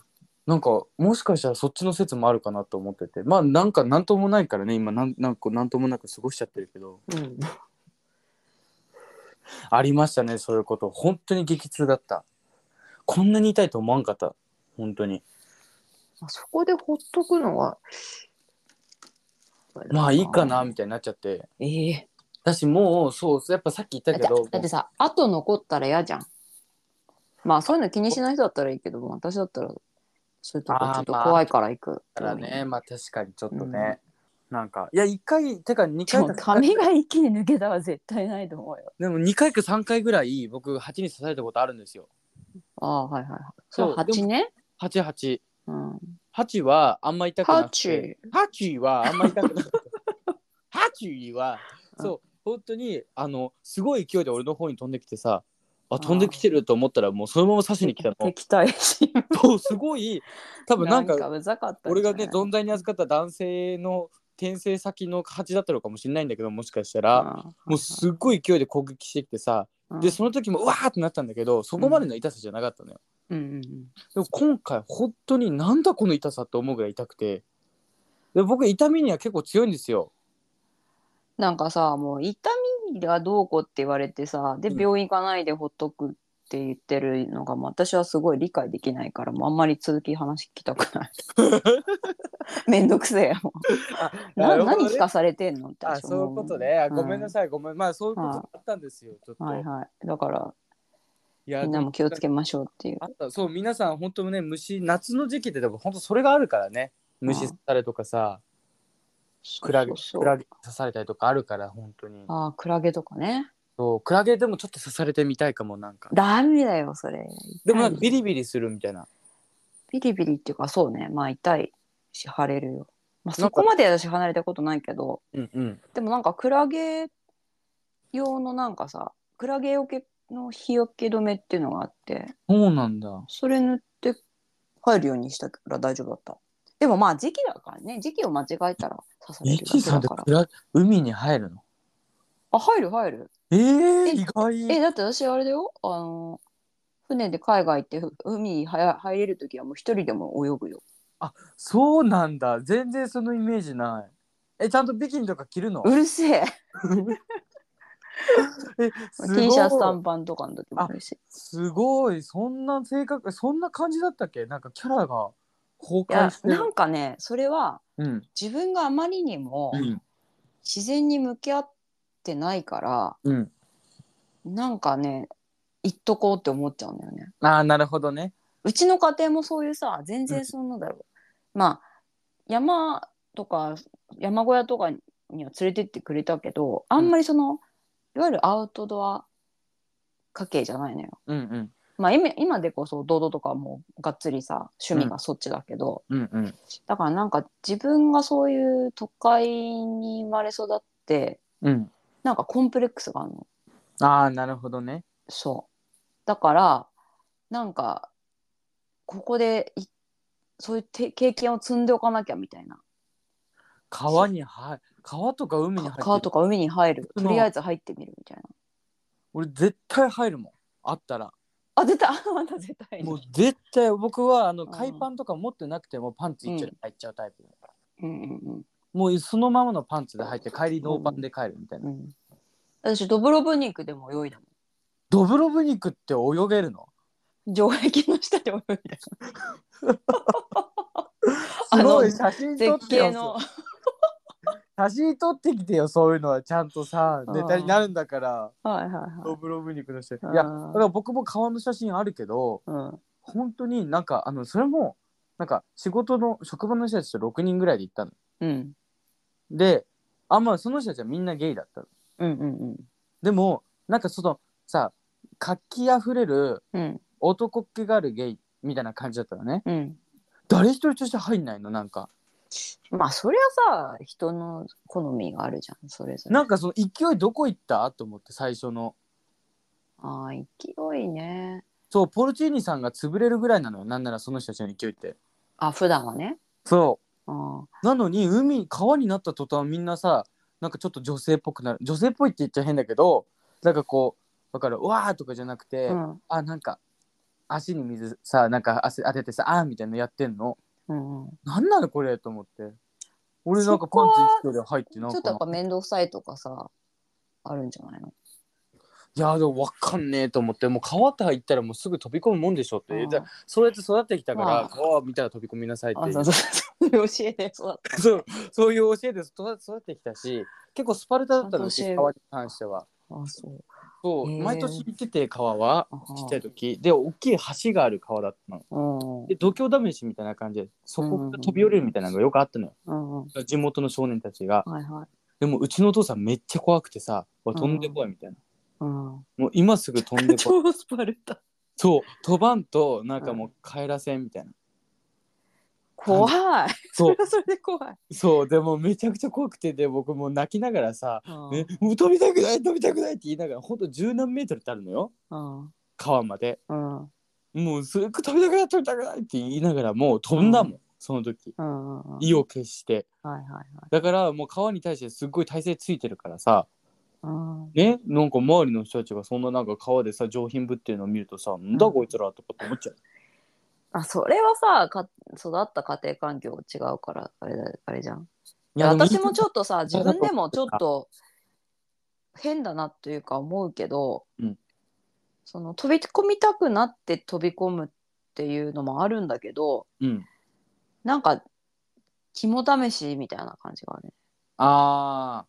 A: なんかもしかしたらそっちの説もあるかなと思っててまあなんかなんともないからね今なんなんかなんともなく過ごしちゃってるけど
B: うん
A: ありましたねそういうこと本当に激痛だったこんなに痛いと思わんかった本当に
B: あそこでほっとくのは
A: まあいいかなみたいになっちゃって
B: ええ
A: 私もうそうやっぱさっき言った
B: だっ
A: け
B: て
A: ど
B: だってさあと残ったら嫌じゃんまあそういうの気にしない人だったらいいけど私だったらそういうとこ
A: あー
B: ちょっと
A: まあ
B: 怖いから行く
A: だからねまあ確かにちょっとね
B: ね、
A: なんかいや1回てか2
B: で
A: 回
B: も
A: か
B: 髪が一気に抜けたは絶対ないと思うよ
A: でも2回か3回ぐらい僕蜂に刺されたことあるんですよ
B: ああはいはいはい
A: そ
B: そ
A: う
B: れ蜂ね
A: 蜂蜂
B: うん
A: 蜂はあんま痛くなくて
B: 蜂
A: 蜂はあんま痛く なくて蜂はそう本当にあのすごい勢いで俺の方に飛んできてさあ飛んできてると思ったらもうそのまま刺しに来たの
B: 敵対心
A: そうすごい多分なんか
B: うざかったん
A: 俺
B: じゃ
A: が
B: ない
A: ね存在に預かった男性の転生先の蜂だったのかもしれないんだけどもしかしたら、
B: ああ
A: もうすっごい勢いで攻撃してきてさ、
B: うん
A: でその時もうわーってなったんだけどそこまでの痛さじゃなかったのよ、
B: うんうんうん
A: でも今回本当になんだこの痛さって思うぐらい痛くてで僕痛みには結構強いんですよ
B: なんかさもう痛みがどうこうって言われてさで
A: うん
B: 病院行かないでほっとくって言ってるのが、もう私はすごい理解できないからもうあんまり続き話聞きたくない めんどくせえもうな何聞かされてんのって
A: あ
B: 私
A: そういうこと
B: 思
A: ね、あ
B: うん
A: ごめんなさいごめんまあそういうこともあったんですよちょっと、
B: はいはいだから
A: いや
B: みんなも気をつけましょうっていう
A: あったそう皆さん本当ね虫夏の時期ってでも本当それがあるからね虫刺されとかさ、クラゲ
B: そうそう
A: クラゲ刺されたりとかあるから本当に
B: ああクラゲとかね
A: そうクラゲでもちょっと刺されてみたいかもなんか
B: ダメだよそれ
A: でもなんかビリビリするみたいな
B: ビリビリっていうかそうねまあ痛いし腫れるよ、まあ、そこまで私離れたことないけど
A: うんうん
B: でもなんかクラゲ用のなんかさクラゲよけの日焼け止めっていうのがあって
A: そうなんだ
B: それ塗って入るようにしたから大丈夫だったでもまあ時期だからね時期を間違えたら刺され
A: イ
B: る
A: キさん
B: だ
A: って
B: けだから
A: クラ海に入るの
B: あ入る入る
A: えー、
B: え
A: 意外
B: えだって私あれだよあの船で海外行ってふ海にはや入れる時はもう一人でも泳ぐよ
A: そうなんだ全然そのイメージないえちゃんとビキニとか着るの
B: うるせえ
A: え
B: T シャツ
A: ん
B: 短パンとかの時もあるし
A: すごいそんな性格そんな感じだったっけなんかキャラが崩
B: いや
A: 壊してる
B: なんかねそれは
A: うん
B: 自分があまりにも、
A: うん
B: 自然に向き合ってないから
A: うん
B: なんかね行っとこうって思っちゃうんだよね。
A: ああ、なるほどね。
B: うちの家庭もそういうさ全然そんなだろう、まあ山とか山小屋とかには連れてってくれたけどあんまりその、いわゆるアウトドア家系じゃないのよ。
A: うんうん。
B: まあ今今でこそ堂々とかもがっつりさ趣味がそっちだけど、
A: うんうん。
B: だからなんか自分がそういう都会に生まれ育って
A: うん。
B: なんかコンプレックスがあるの。
A: ああ、なるほどね。
B: そう。だから、なんか、ここでい、そういうて経験を積んでおかなきゃみたいな。
A: 川には川とか海に入
B: か
A: って
B: 川とか海に入る。
A: う
B: と
A: ん
B: りあえず入ってみるみたいな。
A: 俺絶対入るもん。あったら。
B: あ、絶対、あんた 絶対に
A: もう絶対僕はあの
B: ん
A: 海パンとか持ってなくてもパンツ一丁で入っちゃうタイプ。
B: うんうん
A: もうそのままのパンツで入って帰りノーパンで帰るみたいな。
B: うん。うん。私、ドブロブニクでも泳いだも
A: ドブロブニクって泳げるの
B: ん。城壁の下で泳い だ。
A: すごい
B: あの
A: 写真撮っ
B: 絶
A: てよ
B: 景の。
A: 写真撮ってきてよそういうのはちゃんとさ
B: うん
A: ネタになるんだから
B: はいはい
A: ド
B: は
A: ブロブニクの人い
B: い。
A: やだ
B: うん
A: から僕も川の写真あるけど
B: うん。
A: 本当になんかあのそれもなんか仕事の職場の人たちと6人ぐらいで行ったの
B: うん。
A: であんまあその人たちはみんなゲイだったの
B: うんうん
A: でもなんかそのさ活気あふれる
B: うん。うん
A: 男っ気があるゲイみたいな感じだったのね
B: うん。
A: 誰一人として入んないのなんか
B: まあ、そりゃさ、人の好みがあるじゃん、それぞれ。
A: なんかその勢いどこ行ったと思って最初の
B: ああ、勢いね。
A: そうポルチーニさんが潰れるぐらいなのよなんならその人たちの勢いって
B: あ、普段はね。
A: そ
B: あ
A: うなのに海川になった途端みんなさなんかちょっと女性っぽくなる女性っぽいって言っちゃ変だけどなんかこうわかるうわーとかじゃなくて、
B: あ、うん、
A: あなんか足に水さなんか汗当ててさあーみたいなのやってんの
B: うんうん。
A: なんなのこれと思って俺なんかパンツ一丁で入って
B: ち
A: な
B: ょ
A: ん
B: っとやっ
A: か
B: ぱ面倒くさいとかさ、あるんじゃないの
A: いやでもわかんねえと思ってもう川って入ったらもうすぐ飛び込むもんでしょって、
B: うん
A: じゃあそうやって育ってきたから、
B: ああ
A: 川見たら飛び込みなさいって
B: あ、
A: いう
B: そうそうそう。教えて、そうだっ
A: そうそういう教えで育育ってきたし結構スパルタだったのう
B: ちゃ
A: ち
B: んと教
A: 川に関しては
B: た。あ、そう。
A: そう、
B: へえ
A: 毎年行ってて川は
B: あ
A: ちっちゃい時で大きい橋がある川だったの
B: うん。
A: で度胸試しみたいな感じでそこから飛び降りるみたいなのがよくあったのよ、
B: うん。うん
A: 地元の少年たちが
B: はいはい。
A: でもうちのお父さんめっちゃ怖くてさ「おい飛んでこい」みたいな、
B: うん。
A: もう今すぐ 飛んでこい
B: 超スパルタ。
A: そう飛ばんとなんかもう帰らせんみたいな、
B: 怖い。
A: そ
B: そうれ はそれで怖い。
A: そうでもめちゃくちゃ怖くてで僕もう泣きながらさ「ね、もう飛びたくない飛びたくない」って言いながらほんと十何メートルってあるのよ
B: うん。うん
A: 川まで
B: うん。
A: もうすぐ飛びたくない飛びたくないって言いながらもう飛んだもん、その時
B: うん。うん
A: 意を決して
B: はいはいはい。
A: だからもう川に対してすっごい体勢ついてるからさ
B: うん。
A: ねなんか周りの人たちがそんななんか川でさ上品ぶってるのを見るとさなんだこいつらとかって思っちゃう
B: あ、それはさ、か育った家庭環境違うから、あれだ、あれじゃん。い
A: い
B: や
A: で
B: 私もちょっ とさ自分でもちょっと変だなというか思うけど、
A: うん
B: その飛び込みたくなって飛び込むっていうのもあるんだけど
A: うん
B: なんか肝試しみたいな感じがある
A: あ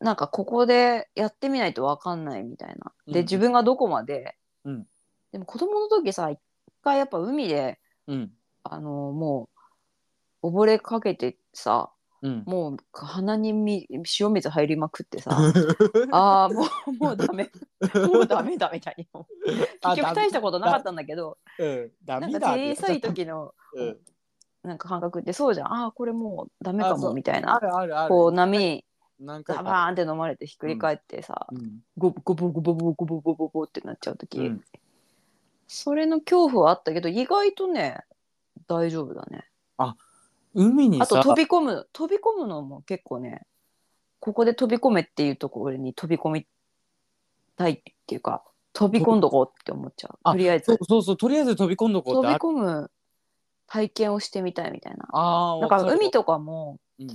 B: なんかここでやってみないと分かんないみたいな
A: うんう
B: で
A: ん
B: 自分がどこまで、
A: うん
B: でも子供の時さ一回やっぱ海で
A: ーうん
B: あのもう溺れかけてさ
A: うん
B: もう鼻にみ塩水入りまくってさああもうもうダメもうダメだみたいに思う
A: あ
B: 結局大したことなかったんだけど
A: うん、ダ
B: なん
A: メ
B: か
A: だ
B: 小さい時の
A: うん
B: なんか感覚ってそうじゃんああこれもうダメか
A: あそ
B: もみたい
A: あ
B: な
A: るあるある。
B: こう波に
A: 何回
B: ダ
A: か。
B: バーンって飲まれてひっくり返ってさ
A: うん
B: ゴボゴボゴボゴボゴボゴボゴボってなっちゃう時、
A: うん
B: それの恐怖はあったけど意外とね大丈夫だね
A: 海に
B: あ
A: さ
B: と飛び込む飛び込むのも結構ねここで飛び込めっていうところに飛び込みたいっていうか飛び込んどこうって思っちゃう
A: あ
B: とりあえず
A: そうそうそうとりあえず飛び込んどこうっ
B: 飛
A: て
B: び
A: ある
B: 込む体験をしてみたいみたいな。
A: あー
B: だ
A: わ
B: か
A: からる
B: 海とかも、
A: うん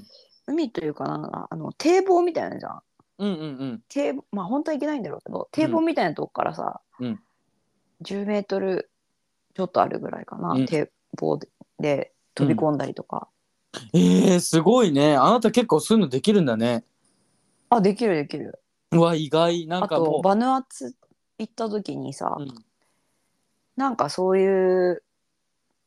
B: 海というかなんかあの堤防みたいなのじゃん。
A: うんうん
B: 堤防まあ本当はいけないんだろうけど堤防みたいなとこからさ、
A: うん
B: 10メートルちょっとあるぐらいかな、
A: うん
B: 堤防でで飛び込んだりとか。
A: うん。えー、すごいね。あなた結構そういうのできるんだね。
B: あできるできる。
A: うわ、意外。なん
B: あ
A: か
B: と
A: もう。
B: バヌアツ行った時にさ、
A: うん
B: なんかそういう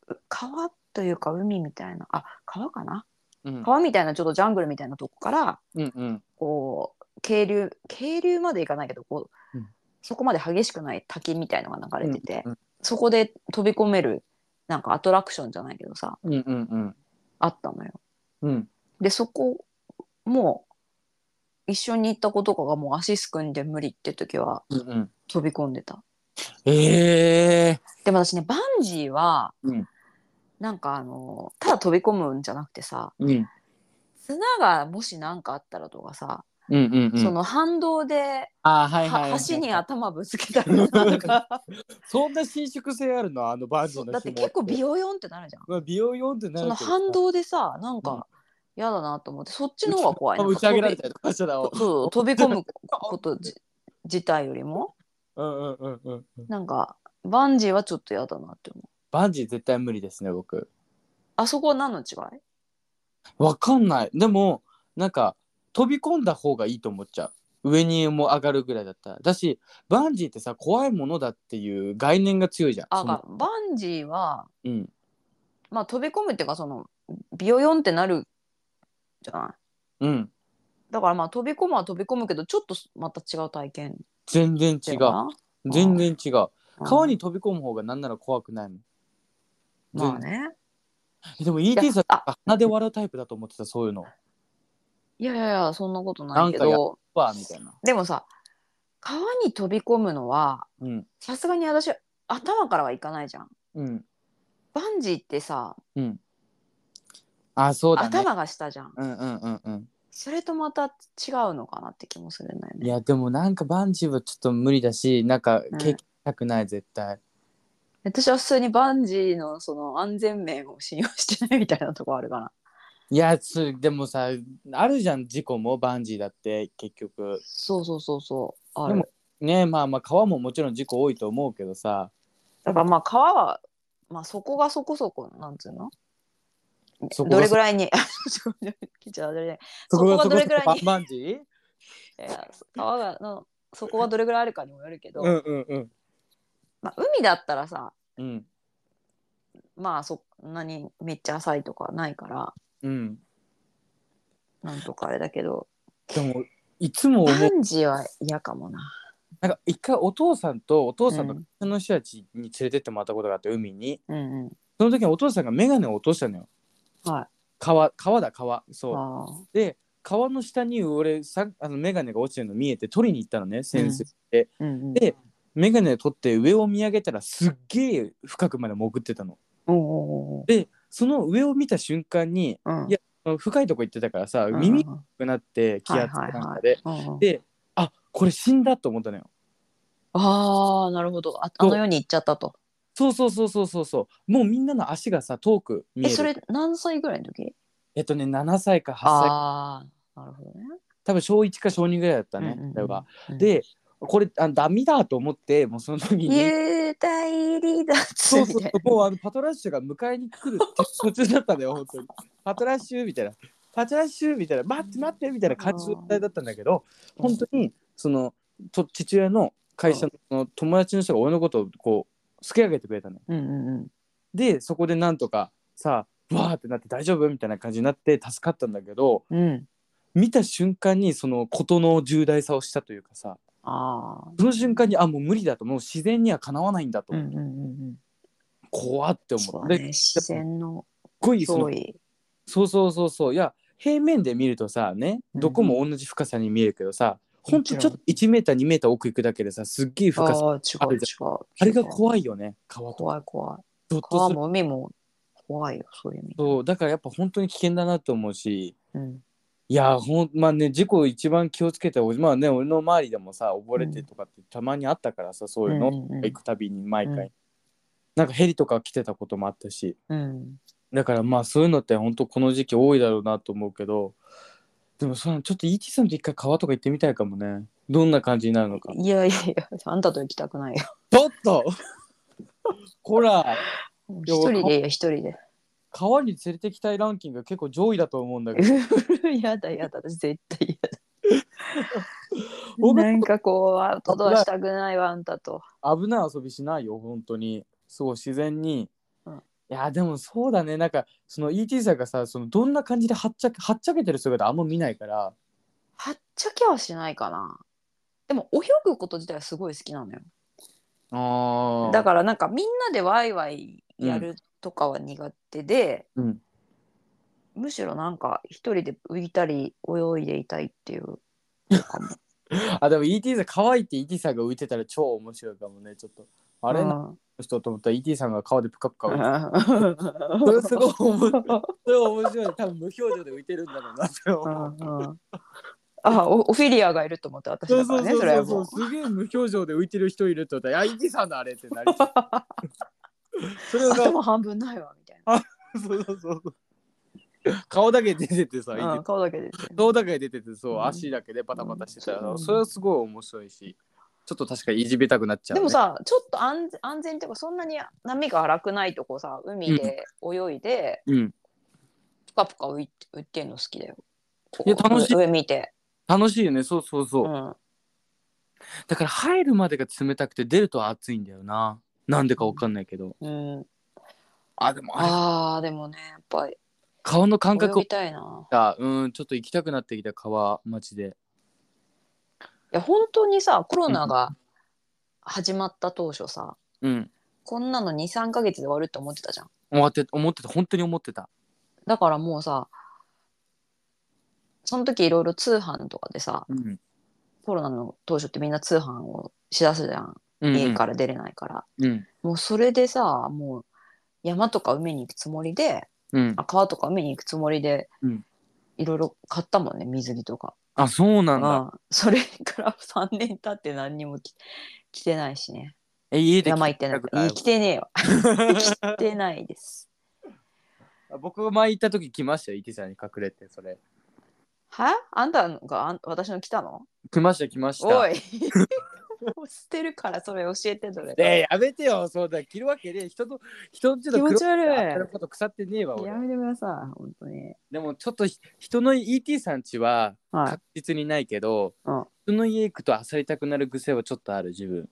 B: う川というか海みたいなあ川かな
A: うん
B: 川みたいなちょっとジャングルみたいなとこから
A: うんうん
B: こう渓流渓流までいかないけどこう、
A: うん
B: そこまで激しくない滝みたいのが流れてて、
A: うん
B: そこで飛び込めるなんかアトラクションじゃないけどさ
A: うんうん
B: あったのよ。
A: うんうん
B: でそこもう一緒に行った子とかがもう足すくんで無理って時は
A: うんうん
B: 飛び込んでた。
A: ええ
B: でも私ねバンジーは、
A: うん
B: なんかあのただ飛び込むんじゃなくてさ
A: うん
B: 綱がもし何かあったらとかさ、
A: うんうんう
B: そ
A: ん
B: の反動で、
A: あーはいはいはいは
B: は
A: い
B: 橋に頭ぶつけたり とか
A: そんな伸縮性あるのあのバージョンの
B: だって結構ビヨヨンってなるじゃん。
A: まあ、美容用ってな
B: そ
A: る
B: の
A: けど
B: 反動でさなん
A: うん
B: か嫌だなと思ってそっちの方が怖い
A: あ
B: なんか
A: 打ち上げられ
B: 飛
A: たりとかしたら
B: びそう飛び込むことじ自体よりも
A: うんうんうんうんうん
B: なんかバンジーはちょっと嫌だなって思う。
A: バンジー絶対無理ですね僕
B: あそこは何の違い
A: わかんないでもなんか飛び込んだ方がいいと思っちゃう上にも上がるぐらいだったらだしバンジーってさ怖いものだっていう概念が強いじゃん
B: あ
A: その
B: がバンジーは
A: うん
B: まあ飛び込むっていうかそのビヨヨンってなるじゃない
A: うん
B: だからまあ飛び込むは飛び込むけどちょっとまた違う体験
A: 全然違う
B: う
A: 全然違う川
B: に
A: に飛び込む方がなんなら怖くないもん
B: まあね
A: えでも ET さん
B: あ
A: あ鼻で笑うタイプだと思ってたそういうの
B: いやいやいやそんなことないけ
A: なんか
B: ど
A: バーみたいな
B: でもさ川に飛び込むのは
A: うん
B: さすがに私頭からはいかないじゃん
A: うん
B: バンジーってさ、
A: うんあそうだね
B: 頭が下じゃん
A: うんうんうんうん
B: それとまた違うのかなって気もするんだよ
A: い
B: ね
A: やでもなんかバンジーはちょっと無理だしなんか
B: うん
A: 経験したくない絶対、
B: 私は普通にバンジーのその安全面を信用してないみたいなとこあるかない
A: やつでもさあるじゃん事故もバンジーだって結局
B: そうそうそうそうあ
A: で
B: る
A: もねまあまあ川ももちろん事故多いと思うけどさ
B: だからまあ川は、まあ、そこがそこそこなんつうの
A: そこが
B: どれぐらいに ちょっと聞いちゃうあれねそこがどれぐらいに
A: バンバンジー
B: いやいや川がのそこがどれぐらいあるかにもよるけど、
A: うんうんうん
B: まあ、海だったらさ
A: うん
B: まあそんなにめっちゃ浅いとかないから
A: うん
B: なんとかあれだけど
A: でもいつも思
B: バ
A: う
B: ンジーは嫌かもな。
A: なんか一回お父さんとお父さんと
B: うん
A: 別の人たちに連れてってもらったことがあって海に
B: うんうん、
A: その時にお父さんが眼鏡を落としたのよ
B: はい
A: 川川だ川そう
B: あ
A: で川の下に俺さあの眼鏡が落ちてるの見えて取りに行ったのね潜水で、
B: ー、うんうん、
A: でメガ眼鏡を取って上を見上げたらすっげえ深くまで潜ってたの。
B: おうおうおう
A: でその上を見た瞬間に
B: うん
A: いやあの深いとこ行ってたからさ
B: うん
A: 耳がなくなって気圧かなんかで、
B: うんうん
A: であこれ死んだと思ったのよ。
B: ああなるほどああ
A: そう
B: の世に行っちゃったと。
A: そうそうそうそうそうそうもうみんなの足がさ遠く見え
B: え
A: る
B: それ何歳ぐらいの時
A: えっとね7歳か8歳
B: ああなるほどね。
A: 多分小1か小2ぐらいだったね、
B: うんうんうん
A: それは。
B: うん
A: でこれあダミだと思ってもうその時に。
B: 幽体離脱
A: そう
B: み
A: そう
B: たい
A: もうあのパトラッシュが迎えに来る 途中だったんだよ、本当に。パトラッシュみたいな、パトラッシュみたいな、待って待ってみたいな感じの状態だったんだけど、
B: うん
A: 本当にそのと父親の会社のその友達の人が俺のことをこう、すき上げてくれたのよ。
B: な。うんうんうん。
A: で、そこでなんとかさ、わーってなって大丈夫みたいな感じになって助かったんだけど、
B: うん。
A: 見た瞬間にその事の重大さをしたというかさ、
B: ああ。
A: その瞬間に、あ、もう無理だと、もう自然にはかなわないんだと、
B: うんうんうん
A: 怖って
B: うん。
A: 思
B: そう
A: っ
B: だ
A: て、
B: ね。
A: で、
B: 自然の
A: すっごいその
B: 脅威。
A: そうそうそうそういや平面で見るとさね
B: うん
A: どこも同じ深さに見えるけどさ、ほんとち
B: もち
A: ょ
B: ろ
A: っ
B: ん
A: と1メーター2メーター奥行くだけでさすっげえ
B: ああ
A: 深さあ
B: ー、違う違う。
A: れが怖いよね川と
B: 怖い怖い。
A: ドッと
B: 川
A: する
B: も海も怖いよ、そういう意味。
A: そうだからやっぱ本当に危険だなと思うし
B: うん。
A: いやほんまあね事故一番気をつけておまあね俺の周りでもさ溺れてとかってたまにあったからさそういうの、
B: うんうんうん
A: 行くたびに毎回、
B: うん
A: なんかヘリとか来てたこともあったし
B: うん。
A: だからまあそういうのって本当この時期多いだろうなと思うけどでもそうなのちょっと ET さんと一回川とか行ってみたいかもねどんな感じになるのか
B: いやいやいや、あんたと行きたくないよ。
A: ちょっと こらや
B: 一人でいいよ、一人で。
A: 川に連れてきたいランキング結構上位だと思うんだけど
B: うるやだやだ、私絶対
A: 僕
B: なんかこうアウトドアしたくないわあんたと。
A: 危ない遊びしないよ本当にすごい自然に、
B: うん
A: いやでもそうだねなんかその ET さんがさそのどんな感じではっちゃけはっちゃけてる姿あんま見ないから
B: はっちゃけはしないかな。でも泳ぐこと自体はすごい好きなのよ。
A: あ
B: だ
A: だか
B: からなんかみんなでワイワイやるとかは苦手で、
A: ら、うん、
B: むしろなんか一人で浮いたり泳いでいたいっていう。
A: あでも ET さん可愛いって ET さんが浮いてたら超面白いかもねちょっとあれ
B: う
A: なんの人と思ったら ET さんが顔でプカプカ浮いてた それ
B: そ
A: すごい面白いそれ面白い多分無表情で浮いてるんだろう なって思う
B: あオオフィリアがいると思って私
A: そ
B: だ
A: う
B: か
A: そ
B: ら
A: う
B: ね
A: そう
B: そ
A: そう
B: れはもう
A: すげえ無表情で浮いてる人いるって言ったら「いや ET さんだあれ」ってなり そうそれが
B: 頭半分ないわみたい
A: そうそうそうそう。顔だけ出ててさ、
B: な、うん、顔だけで
A: 顔だけ出ててそう、
B: うん
A: 足だけでバタバタしてたら、
B: うん
A: それはすごい面白いし、ちょっと確かにいじめたくなっちゃう、ね。
B: でも、さちょっと安安全っていうかそんなに波が荒くないとこさ海で泳いで、
A: うん、
B: ぷかぷか浮いて浮いてんの好きだよ。
A: いや楽しい
B: 上上見て、
A: 楽しいよね、そうそうそうう、
B: ん、
A: だから入るまでが冷たくて出ると暑いんだよな。なんでかわかんないけど。
B: うん、
A: あ、でもあれ
B: あーでもねやっぱり
A: 顔の感
B: 泳
A: 覚を
B: ぎたいな。
A: あうん、ちょっと行きたくなってきた川町で。
B: いや本当にさコロナが始まった当初さ、
A: うん。
B: こんなの23ヶ月で終わるって思ってたじゃん。
A: 思って思ってた、本当に思ってた。
B: だからもうさその時いろいろ通販とかでさ
A: うん。
B: コロナの当初ってみんな通販をしだすじゃん
A: うん、
B: 家から出れないから、
A: うん。
B: もうそれでさもう山とか海に行くつもりで
A: うん。
B: あ川とか海に行くつもりで、
A: うん
B: いろいろ買ったもんね水着とか、
A: あ、そうなんだ。
B: うんそれから3年 経って何にも着着てないしね
A: え、家で
B: 山行ってないいい着てねえよ 着てないです
A: 僕前行った時来ましたよ、池さんに隠れて、それ。
B: はあんたがあん私の着たの
A: 来ました、来ました。
B: おいもう捨てるからそれ教えてどれ
A: で、やめてよ、そうだ、着るわけねえ、人と、人のちょっと
B: 気持
A: 黒く
B: ち
A: て
B: 悪い
A: 当たること腐ってねえわ、
B: や
A: 俺。
B: めてください本当に
A: でも、ちょっとひ、人の ET さんちは
B: はい
A: 確実にないけど、
B: うん
A: 人の家行くと漁りたくなる癖はちょっとある、自分。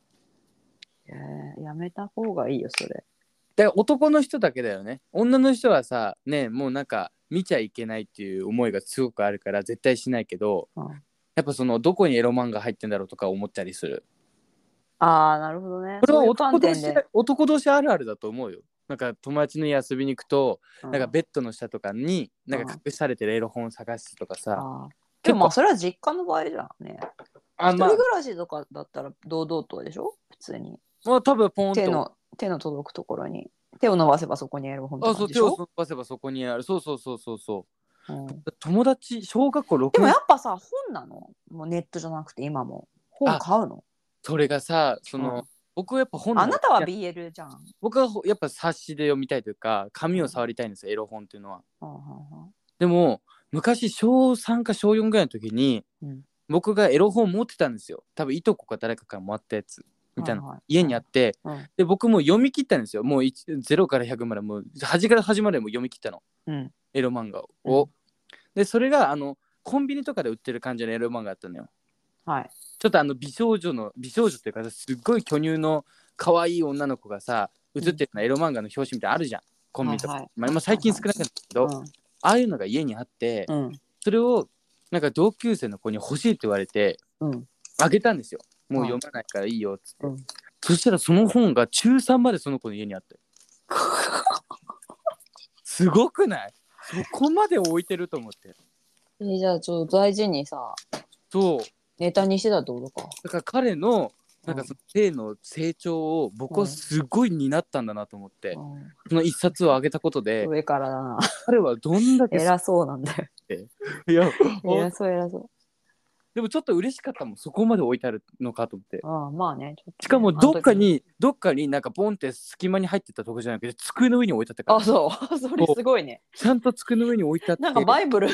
B: えーやめた方がいいよそれ
A: で、男の人だけだよね。女の人はさ、ね、もうなんか、見ちゃいけないっていう思いがすごくあるから、絶対しないけど、
B: うん
A: やっぱその、どこにエロ漫画入ってんだろうとか思ったりする。
B: ああなるほどね
A: これは
B: そういう
A: 男同
B: 観点
A: 士
B: で、
A: 男同士あるあるだと思うよ。なんか友達の家遊びに行くと、
B: う
A: なんかベッドの下とかになんか隠されてるエロ本を探すとかさ、
B: あー
A: 結構
B: でもまあそれは実家の場合じゃんね。
A: あ
B: 一
A: まあ
B: 人暮らしとかだったら堂々とでしょ普通に。
A: もう多分ポン
B: 手
A: と
B: の手の届くところに。手を伸ばせばそこにある本当
A: あ
B: な
A: そ
B: ん
A: う
B: で
A: 手
B: し
A: を
B: ょ、
A: 伸ばせばそこにあるそうそうそうそうそ
B: うん
A: う友達小学校
B: で
A: 6
B: もや
A: 年
B: っぱさ本なのもうネットじゃなくて今も。本買うの
A: それがさその、
B: うん
A: 僕はやっぱ本の
B: あなたは BL じゃん。
A: 僕はやっぱ冊子で読みたいというか紙を触りたいんですよエロ本っていうのは
B: うんうん
A: でも昔小3か小4ぐらいの時に、
B: うん
A: 僕がエロ本持ってたんですよ多分いとこか誰かからもらったやつみたいな、
B: はいはい
A: 家にあって、
B: うん
A: で僕もう読み切ったんですよもう1 0から100までもう端から端までもう読み切ったの
B: うんうん
A: エロ漫画を、
B: う
A: でそれがあのコンビニとかで売ってる感じのエロ漫画だったのよ
B: はい。
A: ちょっとあの美少女の美少女っていうかすっごい巨乳の可愛い女の子がさ映ってるようなエロ漫画の表紙みたいなのあるじゃんコンビニとか、
B: はいはい
A: まあ、今最近少なくなったけど、ああいうのが家にあって、
B: うん
A: それをなんか同級生の子に欲しいって言われて
B: うん
A: あげたんですよもう読まないからいいよっつって、
B: うん
A: そしたらその本が中3までその子の家にあ ってすごくないそこまで置いてると思って
B: うんえじゃあちょっと大事にさ
A: そう
B: ネタにしてたってことか。
A: だから彼のなんか
B: うん
A: その性の成長を僕はすごい担ったんだなと思って、
B: う
A: その一冊をあげたことで
B: ん、上からだな。
A: 彼はどんだけ
B: 偉そうなんだよ。
A: いや
B: 偉そう偉そう。
A: でもちょっと嬉しかったもんそこまで置いてあるのかと思って
B: ああまあね。ちょっとね
A: しかもどっか。
B: あの時
A: にどっかになんかボンって隙間に入ってたとこじゃなくて机の上に置いてあったから
B: あそう。 それすごいね。
A: ちゃんと机の上に置いてあって
B: なんかバイブル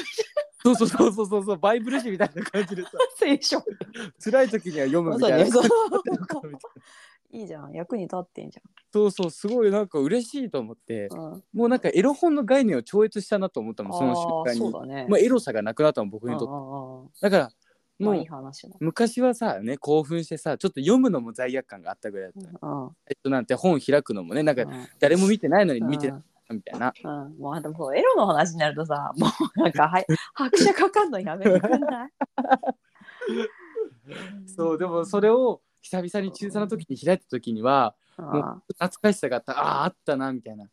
A: そうそうそうそうそうそうバイブル誌みたいな感じ でさ
B: 聖 書。
A: 辛い時には読む
B: ま
A: み
B: さ
A: たい
B: に
A: な
B: そう。いいじゃん。役に立ってんじ
A: そうそうすごいなんか嬉しいと思って
B: ゃん。うん、あ
A: もうなんかエロ本の概念を超越したなと思ったもんその瞬
B: あ
A: 間
B: そう
A: に
B: だね。
A: まあエロさがなくなったもん僕にとって
B: あ
A: だから
B: ま
A: も
B: あ
A: う
B: いい話だ。
A: 昔はさね興奮してさちょっと読むのも罪悪感があったぐらいだったのよ、
B: うん。うん
A: えっとなんて本開くのもねなんか
B: う
A: 誰も見てないのに
B: ん
A: 見てたみたいな、
B: うん、もうあでもそうエロの話になるとさも うなんかはい拍車かかんのやめてくんない
A: そうでもそれを久々に中3の時に開いた時には
B: あ
A: 懐かしさがあったあああったなみたいな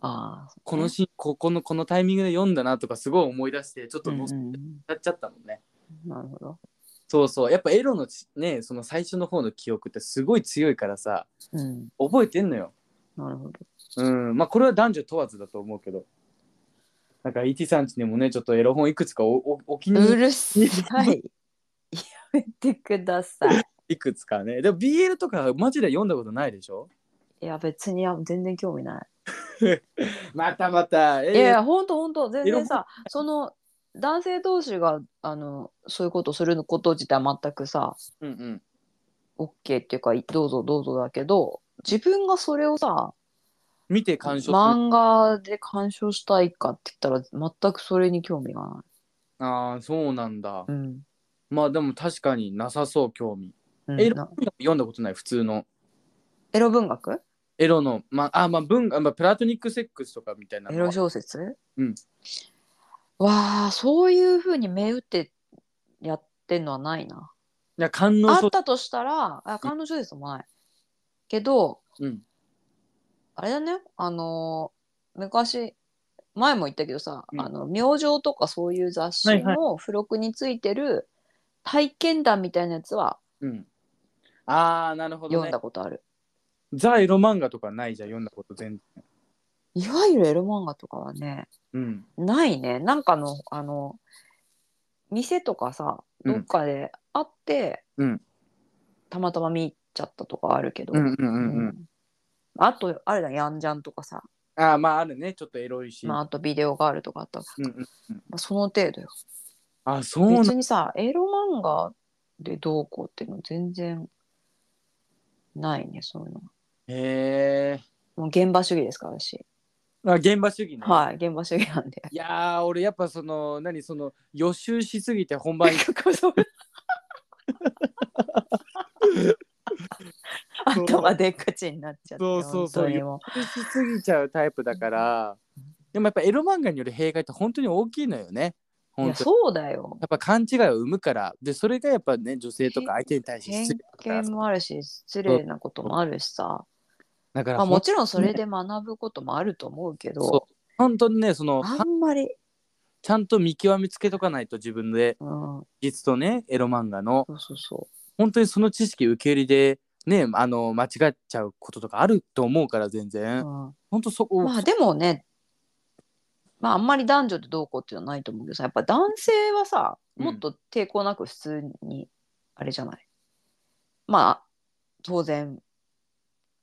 B: あ
A: このシーンここのこのタイミングで読んだなとかすごい思い出してちょっと
B: うんう
A: ノス
B: ん
A: なっちゃったもんね、
B: なるほど、
A: そうそうやっぱエロのちねその最初の方の記憶ってすごい強いからさ
B: うん、
A: 覚えてんのよ
B: なるほど
A: うんまあこれは男女問わずだと思うけどなんか ET さんちにもねちょっとエロ本いくつかおおお気に
B: う
A: 入り
B: るさ いやめてください
A: いくつかねでも BL とかマジで読んだことないでしょ
B: いや別にあ全然興味ない
A: またまたえー
B: いやいや、ほんとほんと、全
A: エロ本
B: 然さ、その、男性同士が、あの、そういうことすること自体は全くさ、
A: うんうん、
B: OK っていうか、いどうぞどうぞだけど、自分がそれをさ、
A: 見て鑑賞する
B: 漫画で鑑賞したいかって言ったら、全くそれに興味がな
A: ああそうなんだ
B: い。うん。
A: まあでも確かになさそう興味
B: うん
A: エロ
B: な
A: 本読んだことない普通の
B: エロ文学
A: エロのまああまあ文あまあプラトニックセックスとかみたいな
B: エ
A: のは
B: ロ小説
A: うん。
B: わあ、そういうふうに目打ってやってんのはないな。
A: いや観音
B: あ
A: 小
B: ったとしたら、あ、感動小説もない。けど、
A: うん
B: あれだね、あのー昔、前も言ったけどさ、
A: うん
B: あの、明星とかそういう雑誌
A: はい
B: の付録についてる体験談みたいなやつは
A: うん。ああ、なるほど
B: 読ん
A: ね
B: だ。ことある。
A: ザ・エロ漫画とかないじゃん、読んだこと全然。
B: いわゆるエロ漫画とかはね、
A: うん。
B: ないね。なんかの、あの、店とかさ、
A: うん
B: どっかであって、
A: うん
B: たまたま見ちゃったとかあるけど、
A: うんうんうんう。
B: うんんあと、あれだ、ヤンジャンとかさ、
A: ああ、まああるね、ちょっとエロいし。
B: まあ、あとビデオガールとかあった、
A: うんうん、
B: まあ、その程度よ。
A: あそうな
B: 別
A: ん
B: にさエロ漫画でどうこうっていうの全然ないねそういうの
A: へえ。
B: もう現場主義ですから私
A: あ現場主義ね。
B: はい現場主義なんで
A: い、やー、俺やっぱその、何、その、予習しすぎて本 番に
B: 頭でっかちになっちゃって
A: そうそうそう
B: 本当にも
A: しすぎちゃうタイプだ から、でもやっぱエロ漫画による弊害って本当に大きいのよね。
B: うい
A: 本
B: や
A: 当に
B: そうだよ
A: やっぱ勘違いを生むから、で、それがやっぱね、女性とか相手に対して
B: 偏
A: 失礼だから
B: 見もあるし失礼なこともあるしさ、
A: だから
B: まあ、
A: ほん
B: もちろんそれで学ぶこともあると思うけど
A: そう本当にね、その、
B: あんまり、
A: ちゃんと見極めつけとかないと自分で
B: うん、そ
A: 実とねエロ漫画の
B: うそうそ
A: 本当にその知識受け入れでねあの間違っちゃうこととかあると思うから全
B: う、
A: 然
B: うん、
A: 本当そこ、
B: まあでもね、まああんまり男女でどうこうっていうのはないと思うけどさ、やっぱ男性はさ、
A: うん
B: もっと抵抗なく普通に、あれじゃない。まあ、当然、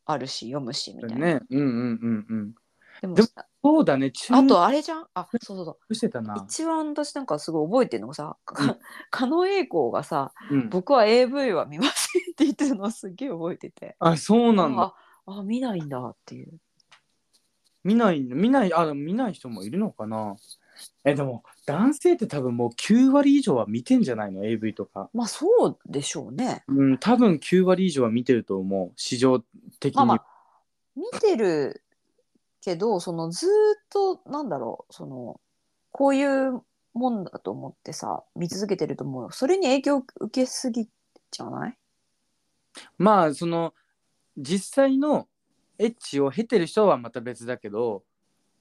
B: あるし、読むし、みたいな。
A: ねうんうんうんうん
B: でも
A: でも
B: さ
A: そうだね注
B: あ
A: 目
B: とあれじゃんあ、そうそうそう。
A: してたな、
B: 一番私なんかすごい覚えてるのがさ、
A: うん
B: か 狩野英孝がさ、
A: うん、
B: 僕は AV は見ませんって言ってるのをすっげえ覚えてて。
A: あそうなんだ
B: ああ、見ないんだっていう。
A: 見ない見ないあでも見ない人もいるのかなえでも男性って多分もう9割以上は見てんじゃないの AV とか
B: まあそうでしょうね。
A: うん多分9割以上は見てると思う市場的
B: まあ
A: に
B: まあ見てるけどそのずーっとなんだろうそのこういうもんだと思ってさ見続けてると思うよそれに影響を受けすぎじゃない
A: まあその実際のエッチを経てる人はまた別だけど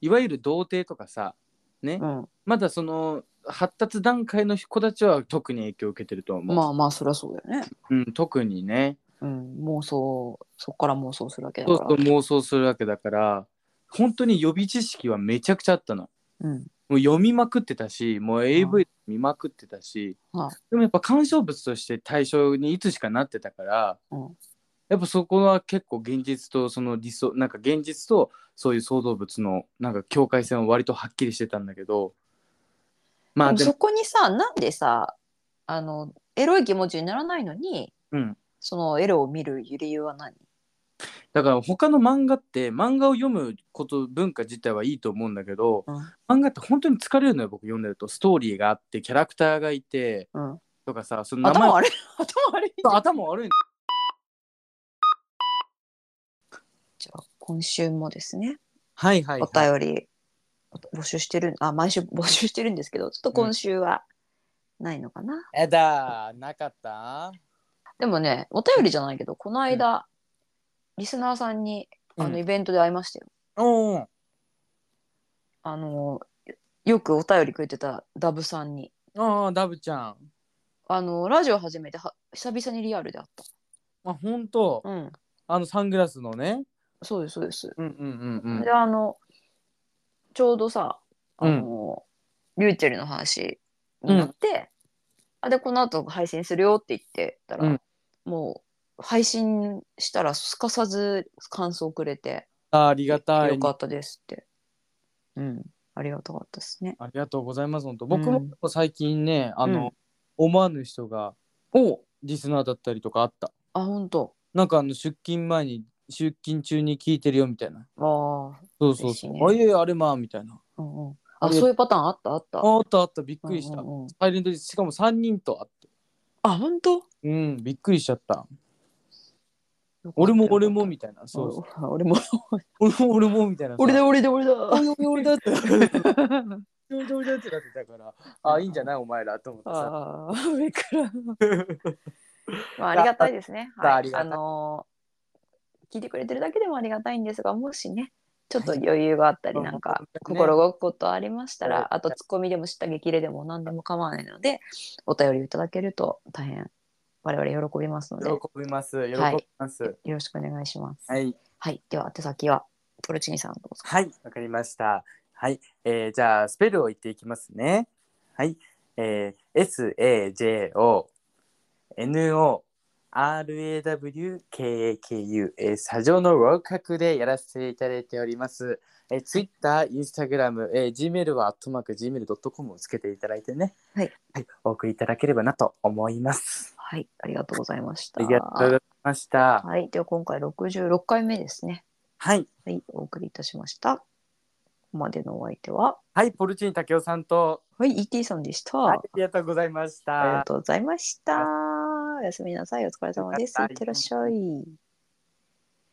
A: いわゆる童貞とかさね
B: うん
A: まだその発達段階の子たちは特に影響を受けてると思う、
B: まあまあそりゃそうだよね、
A: うん、特にね
B: うん、妄想そっから妄想するわけだ
A: そう
B: か
A: す
B: ら
A: ると妄想するわけだから本当に予備知識はめちゃくちゃあったの
B: うん
A: もう読みまくってたしもう
B: は
A: AV 見まくってたし、
B: はい
A: でもやっぱ鑑賞物として対象にいつしかなってたから、
B: うん
A: やっぱそこは結構現実とその理想なんか現実とそういう想像物のなんか境界線は割とはっきりしてたんだけどま
B: で
A: あ
B: も
A: で
B: そ
A: も
B: こにさなんでさあのエロい気持ちにならないのに
A: うん、
B: そのエロを見る理由は何
A: だから他の漫画って漫画を読むこと文化自体はいいと思うんだけど
B: うん
A: 漫画って本当に疲れるのよ僕読んでるとストーリーがあってキャラクターがいて
B: うん
A: とかさ、その名前
B: 頭悪い頭悪い
A: 頭悪い。
B: じゃあ今週もですね
A: はいはい、
B: お
A: はい。
B: 便り募集してるあ 毎週募集してるんですけどちょっと今週はないのかな、
A: えだ、なかった
B: でもねお便りじゃないけどこの間、リスナーさんにあ
A: うん
B: のイベントで会いましたよ、
A: おお。
B: あのよくお便りくれてたダブさんに
A: ああ、ダブちゃん。
B: あのラジオ始めては久々にリアルで会っ
A: あ、ほんと
B: た。。うん。
A: あのサングラスのね。
B: そうです、そうです。
A: うんうんうん
B: で、あの、ちょうどさ、あの、リューチェルの話になって、あ、で、この後配信するよって言ってたら、
A: うん
B: もう、配信したらすかさず感想くれて、
A: あありがたい
B: よ。かったですって。うん。ありがたかったですね。
A: ありがとうございます。本当僕も
B: うん
A: 結構最近ね、あの、
B: うん
A: 思わぬ人が
B: お
A: リスナーだったりとかあった。
B: あ、ほんと。
A: なんかあの出勤前に出勤中に聞いてるよみたいな。
B: あ
A: そうそうそう。
B: 嬉
A: あいえいえあれまあみたいな。
B: あ、うんうん。
A: あ
B: あ、
A: りがとう
B: そういうパターンあったあった。
A: ああったあったびっくりした。
B: うんうんうん
A: サイレントでしかも三人とあって。
B: あ、ほんと
A: うんびっくりしちゃった。俺も俺もみたいな。
B: そ
A: そううそう。
B: 俺も
A: 俺も俺もみたいなさ。
B: 俺だ俺 だ俺だ
A: 俺だ俺だって。俺だ俺だってなってたから。あいいんじゃないお前らと思ってさ。
B: ああ上からまあありがたいですね
A: ああ
B: は
A: り
B: い
A: がた
B: あ
A: い
B: のー聞いてくれてるだけでもありがたいんですがもしねちょっと余裕があったりなんか
A: はい
B: 心動くことありました
A: はい
B: らあとツッコミでも知った激励でも何でも構わないのでお便りいただけると大変我々喜びますので
A: 喜
B: よ
A: びます。喜びます。
B: ろしくお願いします
A: はい
B: はいでは宛先はポルチニさんどうぞ
A: はい、わかりました。はい、えーじゃあスペルを言っていきますね。はい、えー S A J O N O R A W K A K U、えー、スタジオの合格でやらせていただいております。えー、Twitter、Instagram、えー、Gmail はアットマーク Gmail.com をつけていただいてね。
B: はい、
A: はい、お送りいただければなと思います。
B: はいありがとうございまし
A: あ
B: た
A: りがとうございました。
B: はいでは今回66回目ですね
A: はい、
B: はい、お送りいたしました。ここまでのお相手は、
A: はい、ポルチーニ竹雄さんと
B: はい、ET さんでした。
A: あ
B: あ
A: りがとうございました。
B: りがとうございました。おやすみなさい。お疲れ様です。いってらっしゃい。